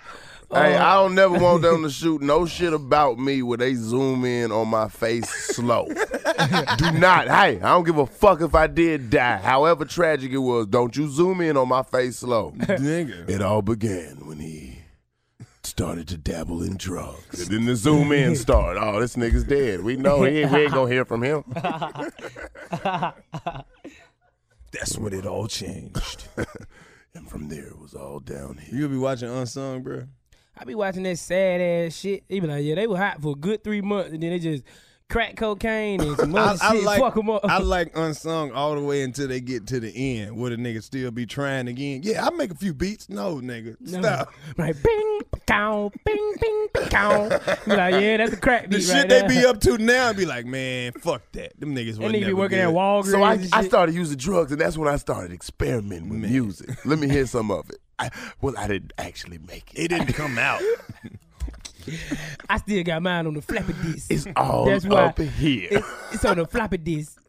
Speaker 2: Hey, I don't never want them to shoot no shit about me where they zoom in on my face slow. do not. Hey, I don't give a fuck if I did die. However tragic it was, don't you zoom in on my face slow.
Speaker 3: Nigga.
Speaker 2: It all began when he started to dabble in drugs. And then the zoom in started. Oh, this nigga's dead. We know he ain't, we ain't gonna hear from him.
Speaker 3: That's when it all changed.
Speaker 2: and from there, it was all downhill.
Speaker 3: You'll be watching unsung, bro.
Speaker 4: I be watching that sad ass shit. They be like, yeah, they were hot for a good three months, and then they just crack cocaine and some
Speaker 3: I,
Speaker 4: other
Speaker 3: I
Speaker 4: shit.
Speaker 3: like
Speaker 4: fuck 'em up.
Speaker 3: I like unsung all the way until they get to the end where the nigga still be trying again. Yeah, I make a few beats. No, nigga,
Speaker 4: No.
Speaker 3: stop.
Speaker 4: Like bing, pow, bing, bing, pow. Be like, yeah, that's a crack beat
Speaker 3: The
Speaker 4: right
Speaker 3: shit they
Speaker 4: there.
Speaker 3: be up to now be like, man, fuck that. Them niggas.
Speaker 4: That
Speaker 3: was
Speaker 4: nigga be
Speaker 3: never
Speaker 4: working
Speaker 3: good.
Speaker 4: at Walgreens.
Speaker 2: So I,
Speaker 4: and
Speaker 2: I
Speaker 4: shit.
Speaker 2: started using drugs, and that's when I started experimenting with music. Let me hear some of it. I, well, I didn't actually make it. It didn't come out.
Speaker 4: I still got mine on the floppy disk.
Speaker 2: It's all
Speaker 4: That's why
Speaker 2: up in here.
Speaker 4: It's, it's on the floppy disk.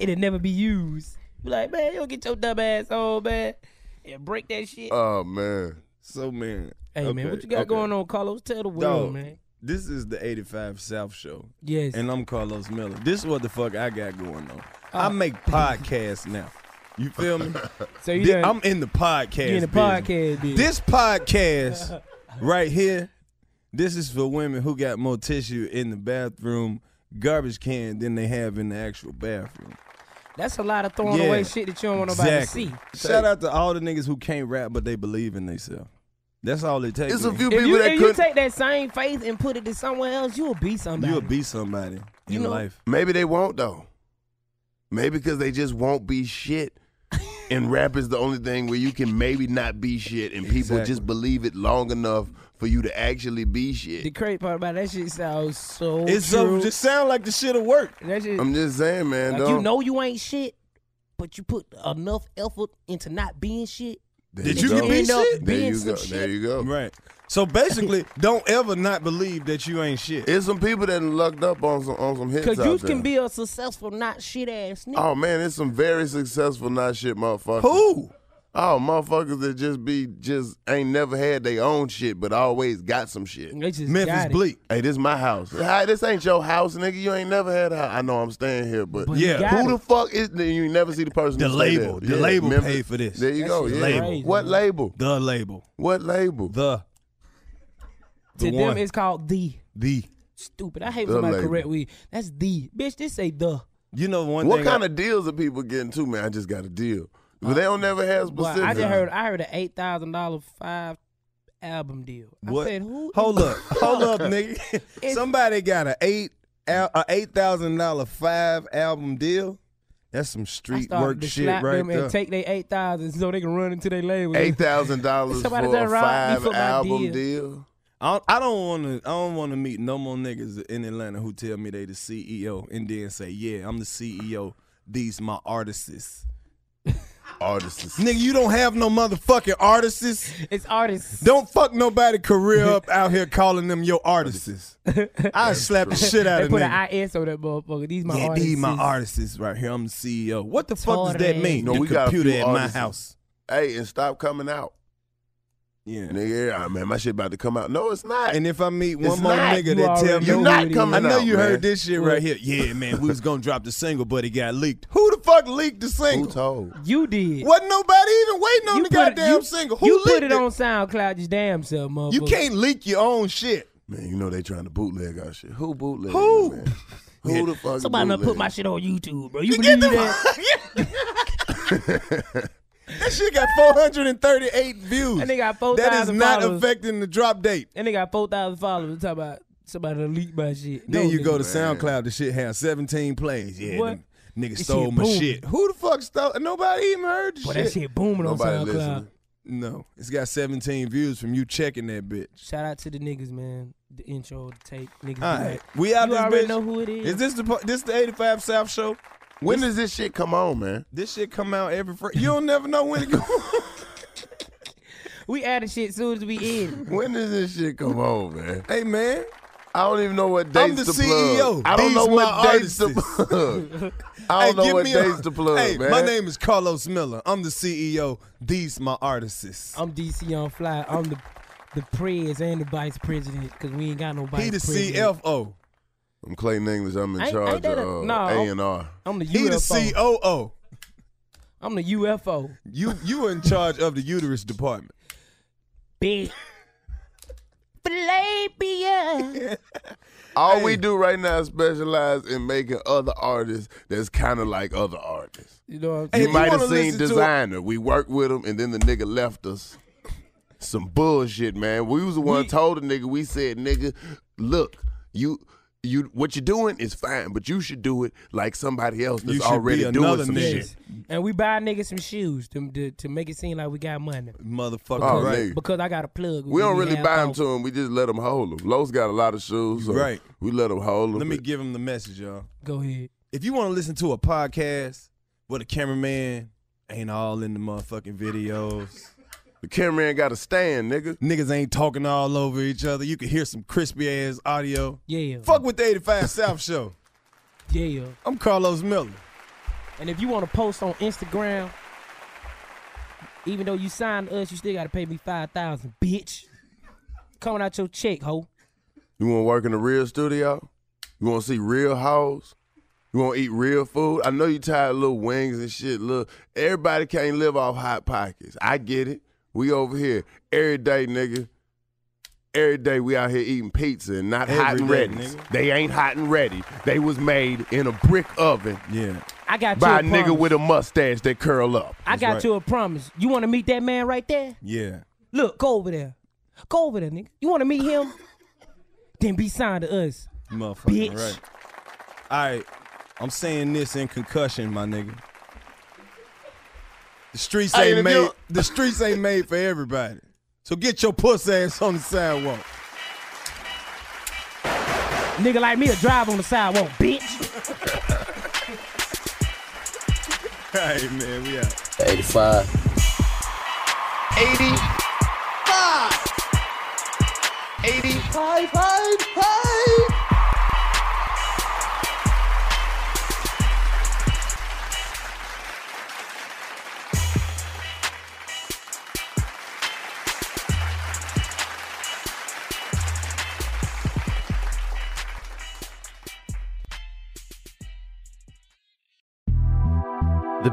Speaker 4: It'll never be used. Be like, man, you don't get your dumb ass on, man. And break that shit.
Speaker 2: Oh man.
Speaker 3: So man.
Speaker 4: hey, man,
Speaker 3: Uh, okay,
Speaker 4: what you got
Speaker 3: okay.
Speaker 4: going on, Carlos? Tell the world,
Speaker 3: Dog,
Speaker 4: man.
Speaker 3: This is the 85 South Show.
Speaker 4: Yes.
Speaker 3: And I'm Carlos Miller. This is what the fuck I got going on.
Speaker 4: Oh.
Speaker 3: I make podcasts now. You feel me?
Speaker 4: So you
Speaker 3: Thi-
Speaker 4: done-
Speaker 3: I'm in the podcast.
Speaker 4: You in the podcast
Speaker 3: business.
Speaker 4: business.
Speaker 3: This podcast right here, this is for women who got more tissue in the bathroom garbage can than they have in the actual bathroom.
Speaker 4: That's a lot of throwing
Speaker 3: Yeah,
Speaker 4: away shit that you don't want nobody
Speaker 3: exactly.
Speaker 4: to see.
Speaker 3: Shout out to all the niggas who can't rap but they believe in themselves. That's all it takes.
Speaker 2: It's a
Speaker 3: man.
Speaker 2: few
Speaker 4: If
Speaker 2: people
Speaker 4: you,
Speaker 2: that
Speaker 4: if you
Speaker 2: couldn't.
Speaker 4: take that same faith and put it to somewhere else, you'll be somebody.
Speaker 3: You'll be somebody in
Speaker 4: know-
Speaker 3: life.
Speaker 2: Maybe they won't though. Maybe because they just won't be shit. And rap is the only thing where you can maybe not be shit, and people
Speaker 3: Exactly.
Speaker 2: just believe it long enough for you to actually be shit.
Speaker 4: the crazy part about that shit sounds so
Speaker 3: It's so
Speaker 4: true.
Speaker 3: just sound like the shit'll work.
Speaker 4: that shit,
Speaker 2: I'm just saying, man.
Speaker 4: like
Speaker 2: don't,
Speaker 4: you know you ain't shit, but you put enough effort into not being shit.
Speaker 2: There
Speaker 3: Did
Speaker 2: you
Speaker 3: you
Speaker 2: go.
Speaker 3: get beat
Speaker 4: End up
Speaker 3: shit?
Speaker 2: There
Speaker 4: being
Speaker 2: you
Speaker 4: some
Speaker 2: go.
Speaker 4: shit.
Speaker 2: There you go.
Speaker 3: Right. So basically, don't ever not believe that you ain't shit.
Speaker 2: There's some people that lucked up on some on some hits
Speaker 4: Cause you
Speaker 2: out there.
Speaker 4: can be a successful not shit ass nigga.
Speaker 2: oh man, there's some very successful not shit motherfuckers.
Speaker 3: Who?
Speaker 2: Oh, motherfuckers that just be just ain't never had their own shit, but always got some shit.
Speaker 4: They just
Speaker 3: Memphis
Speaker 4: got it.
Speaker 3: Bleak.
Speaker 2: Hey, this my house. Hi, this ain't your house, nigga. You ain't never had a house. I know I'm staying here, but,
Speaker 3: But you Yeah. got
Speaker 2: who the fuck is you ain't never see the person
Speaker 3: The
Speaker 2: who stay
Speaker 3: label.
Speaker 2: there.
Speaker 3: The label paid for this.
Speaker 2: There you
Speaker 4: That
Speaker 2: go.
Speaker 4: shit
Speaker 2: Yeah.
Speaker 3: crazy,
Speaker 2: What
Speaker 4: man.
Speaker 2: label?
Speaker 3: The label.
Speaker 2: What label?
Speaker 3: The.
Speaker 4: To
Speaker 3: The
Speaker 4: them,
Speaker 3: one.
Speaker 4: it's called the
Speaker 3: The.
Speaker 4: stupid. I hate
Speaker 2: The
Speaker 4: when somebody
Speaker 2: label.
Speaker 4: correct we. That's the bitch. This ain't the.
Speaker 3: You know one
Speaker 2: What
Speaker 3: thing. Uh,
Speaker 2: kind of deals are people getting too, man? I just got a deal. But they don't never have
Speaker 4: Well,
Speaker 2: specifics.
Speaker 4: I just heard I heard an eight thousand dollar five album deal.
Speaker 3: What?
Speaker 4: I said, who?
Speaker 3: Hold up, hold up,
Speaker 4: Fuck.
Speaker 3: nigga. Somebody got a eight al- a eight thousand dollar five album deal. That's some
Speaker 4: I
Speaker 3: street
Speaker 4: started
Speaker 3: work
Speaker 4: to
Speaker 3: shit
Speaker 4: slap
Speaker 3: right
Speaker 4: them
Speaker 3: there.
Speaker 4: and take their eight thousand so they can run into their label.
Speaker 2: Eight thousand dollars for
Speaker 4: Somebody
Speaker 2: a
Speaker 4: done robbed
Speaker 2: five
Speaker 4: me for my
Speaker 2: album
Speaker 4: deal.
Speaker 2: deal.
Speaker 3: I don't- I don't want to. I don't want to meet no more niggas in Atlanta who tell me they the CEO and then say, "Yeah, I'm the CEO. These my artists."
Speaker 2: Artists,
Speaker 3: nigga, you don't have no motherfucking artists.
Speaker 4: It's artists.
Speaker 3: Don't fuck nobody career up out here calling them your artists. I slap the shit out
Speaker 4: they
Speaker 3: of
Speaker 4: put
Speaker 3: nigga.
Speaker 4: an IS on that motherfucker. These my
Speaker 3: yeah,
Speaker 4: artists.
Speaker 3: these my artists is right here. I'm the CEO. What the fuck does that
Speaker 4: Totally.
Speaker 3: mean?
Speaker 2: No,
Speaker 3: the
Speaker 2: we got a
Speaker 3: computer
Speaker 2: few
Speaker 3: at my
Speaker 2: artists.
Speaker 3: house.
Speaker 2: Hey, and stop coming out.
Speaker 3: Yeah,
Speaker 2: nigga, yeah, ah, man, my shit about to come out. No, it's not.
Speaker 3: And if I meet
Speaker 2: It's
Speaker 3: one more
Speaker 2: not.
Speaker 3: nigga
Speaker 2: You
Speaker 3: that tell
Speaker 2: already
Speaker 3: me,
Speaker 2: know what it is.
Speaker 3: I know you
Speaker 2: man.
Speaker 3: heard this shit right here. Yeah, man, we was gonna drop the single, but it got leaked. Who the fuck leaked the single? Who
Speaker 2: told?
Speaker 4: You did.
Speaker 3: Wasn't nobody even waiting on
Speaker 4: You
Speaker 3: the
Speaker 4: put it-
Speaker 3: goddamn
Speaker 4: you-
Speaker 3: single. Who
Speaker 4: you put
Speaker 3: leaked
Speaker 4: it on SoundCloud just damn self, motherfucker.
Speaker 3: You can't leak your own shit.
Speaker 2: Man, you know they trying to bootleg our shit. Who bootleg?
Speaker 4: Who?
Speaker 2: Man? Who the fuck?
Speaker 4: Somebody done
Speaker 2: bootleg?
Speaker 4: put my shit on YouTube, bro. You believe that?
Speaker 3: That shit got 438 views.
Speaker 4: And they got four
Speaker 3: That is
Speaker 4: thousand.
Speaker 3: not
Speaker 4: followers.
Speaker 3: affecting the drop date.
Speaker 4: And they got four thousand followers. Talk about somebody done leaked my shit.
Speaker 3: Then
Speaker 4: No,
Speaker 3: you go to
Speaker 4: nigga.
Speaker 3: SoundCloud, the shit has 17 plays. Yeah,
Speaker 4: What?
Speaker 3: them niggas
Speaker 4: This
Speaker 3: stole
Speaker 4: shit
Speaker 3: my
Speaker 4: booming.
Speaker 3: shit. Who the fuck stole? Nobody even heard the
Speaker 4: Boy,
Speaker 3: shit.
Speaker 4: that shit booming on SoundCloud.
Speaker 3: No, it's got 17 views from you checking that bitch.
Speaker 4: Shout out to the niggas, man. The intro, the tape, niggas.
Speaker 3: All
Speaker 4: be
Speaker 3: right,
Speaker 4: like,
Speaker 3: we out
Speaker 4: You
Speaker 3: this
Speaker 4: already
Speaker 3: bitch.
Speaker 4: know who it is.
Speaker 3: Is this the po- this the 85 South show?
Speaker 2: When does this shit come on, man?
Speaker 3: This shit come out every Friday. You don't never know when it go.
Speaker 4: we added shit soon as we end.
Speaker 2: When does this shit come on, man?
Speaker 3: Hey man,
Speaker 2: I don't even know what dates
Speaker 3: I'm the
Speaker 2: to
Speaker 3: CEO.
Speaker 2: plug. I don't
Speaker 3: These
Speaker 2: know
Speaker 3: my
Speaker 2: what dates to
Speaker 3: artists.
Speaker 2: plug. I don't
Speaker 3: Hey,
Speaker 2: know
Speaker 3: give
Speaker 2: what
Speaker 3: me a-
Speaker 2: dates to plug,
Speaker 3: Hey,
Speaker 2: man.
Speaker 3: my name is Carlos Miller. I'm the CEO. These my artists.
Speaker 4: I'm DC on fly. I'm the the prez and the vice president because we ain't got no vice
Speaker 3: He the
Speaker 4: president.
Speaker 3: CFO.
Speaker 2: I'm Clayton English. I'm in
Speaker 4: Ain't-
Speaker 2: charge
Speaker 4: ain't that a-
Speaker 2: of uh,
Speaker 4: no.
Speaker 2: A and R.
Speaker 4: I'm the UFO.
Speaker 3: He the COO.
Speaker 4: I'm the UFO.
Speaker 3: You you in charge of the uterus department.
Speaker 4: Big. Flabia.
Speaker 2: All we do right now is specialize in making other artists that's kind of like other artists.
Speaker 4: You know what I'm
Speaker 2: You
Speaker 4: saying?
Speaker 2: might have seen designer. We worked with him, and then the nigga left us. Some bullshit, man. We was the one told the nigga. We said, nigga, look, you. You what you're doing is fine, but you should do it like somebody else that's
Speaker 3: You should be
Speaker 2: already doing
Speaker 3: another
Speaker 2: some
Speaker 3: nigga.
Speaker 2: shit.
Speaker 4: And we buy niggas some shoes to, to, to make it seem like we got money.
Speaker 3: Motherfucker,
Speaker 2: Oh,
Speaker 3: right?
Speaker 2: nigga.
Speaker 4: Because I got a plug.
Speaker 2: We don't really
Speaker 4: have
Speaker 2: buy them
Speaker 4: both.
Speaker 2: to him. We just let them hold them. Lowe's got a lot of shoes, so
Speaker 3: Right.
Speaker 2: We let them hold them.
Speaker 3: Let me give him the message, y'all.
Speaker 4: Go ahead.
Speaker 3: If you want to listen to a podcast where the cameraman ain't all in the motherfucking videos,
Speaker 2: the cameraman got a stand, nigga.
Speaker 3: Niggas ain't talking all over each other. You can hear some crispy ass audio.
Speaker 4: Yeah.
Speaker 3: Fuck with the 85 South show.
Speaker 4: Yeah.
Speaker 3: I'm Carlos Miller.
Speaker 4: And if you want to post on Instagram, even though you signed us, you still got to pay me 5000 bitch. Coming out your check, ho.
Speaker 2: You want to work in a real studio? You want to see real hoes? You want to eat real food? I know you tired of little wings and shit. Look, everybody can't live off hot pockets. I get it. We over here every day, nigga. Every day we out here eating pizza and not hot
Speaker 3: Every
Speaker 2: and
Speaker 3: day,
Speaker 2: ready.
Speaker 3: nigga.
Speaker 2: They ain't hot and ready. They was made in a brick oven.
Speaker 3: Yeah.
Speaker 4: I got
Speaker 2: by a
Speaker 4: you a promise.
Speaker 2: nigga with a mustache that curl up.
Speaker 4: I got you a promise. You want to meet that man right there?
Speaker 3: Yeah.
Speaker 4: Look, go over there. Go over there, nigga. You want to meet him? then be signed to us.
Speaker 3: Motherfucker,
Speaker 4: Bitch.
Speaker 3: right. All right. I'm saying this in concussion, my nigga. The streets
Speaker 2: Hey,
Speaker 3: ain't
Speaker 2: if
Speaker 3: made
Speaker 2: you-
Speaker 3: the streets ain't made for everybody. So get your puss ass on the sidewalk.
Speaker 4: Nigga like me a drive on the sidewalk, bitch.
Speaker 3: All right, man, we out.
Speaker 10: 85. 85. 85. 85.
Speaker 11: The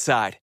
Speaker 12: Side.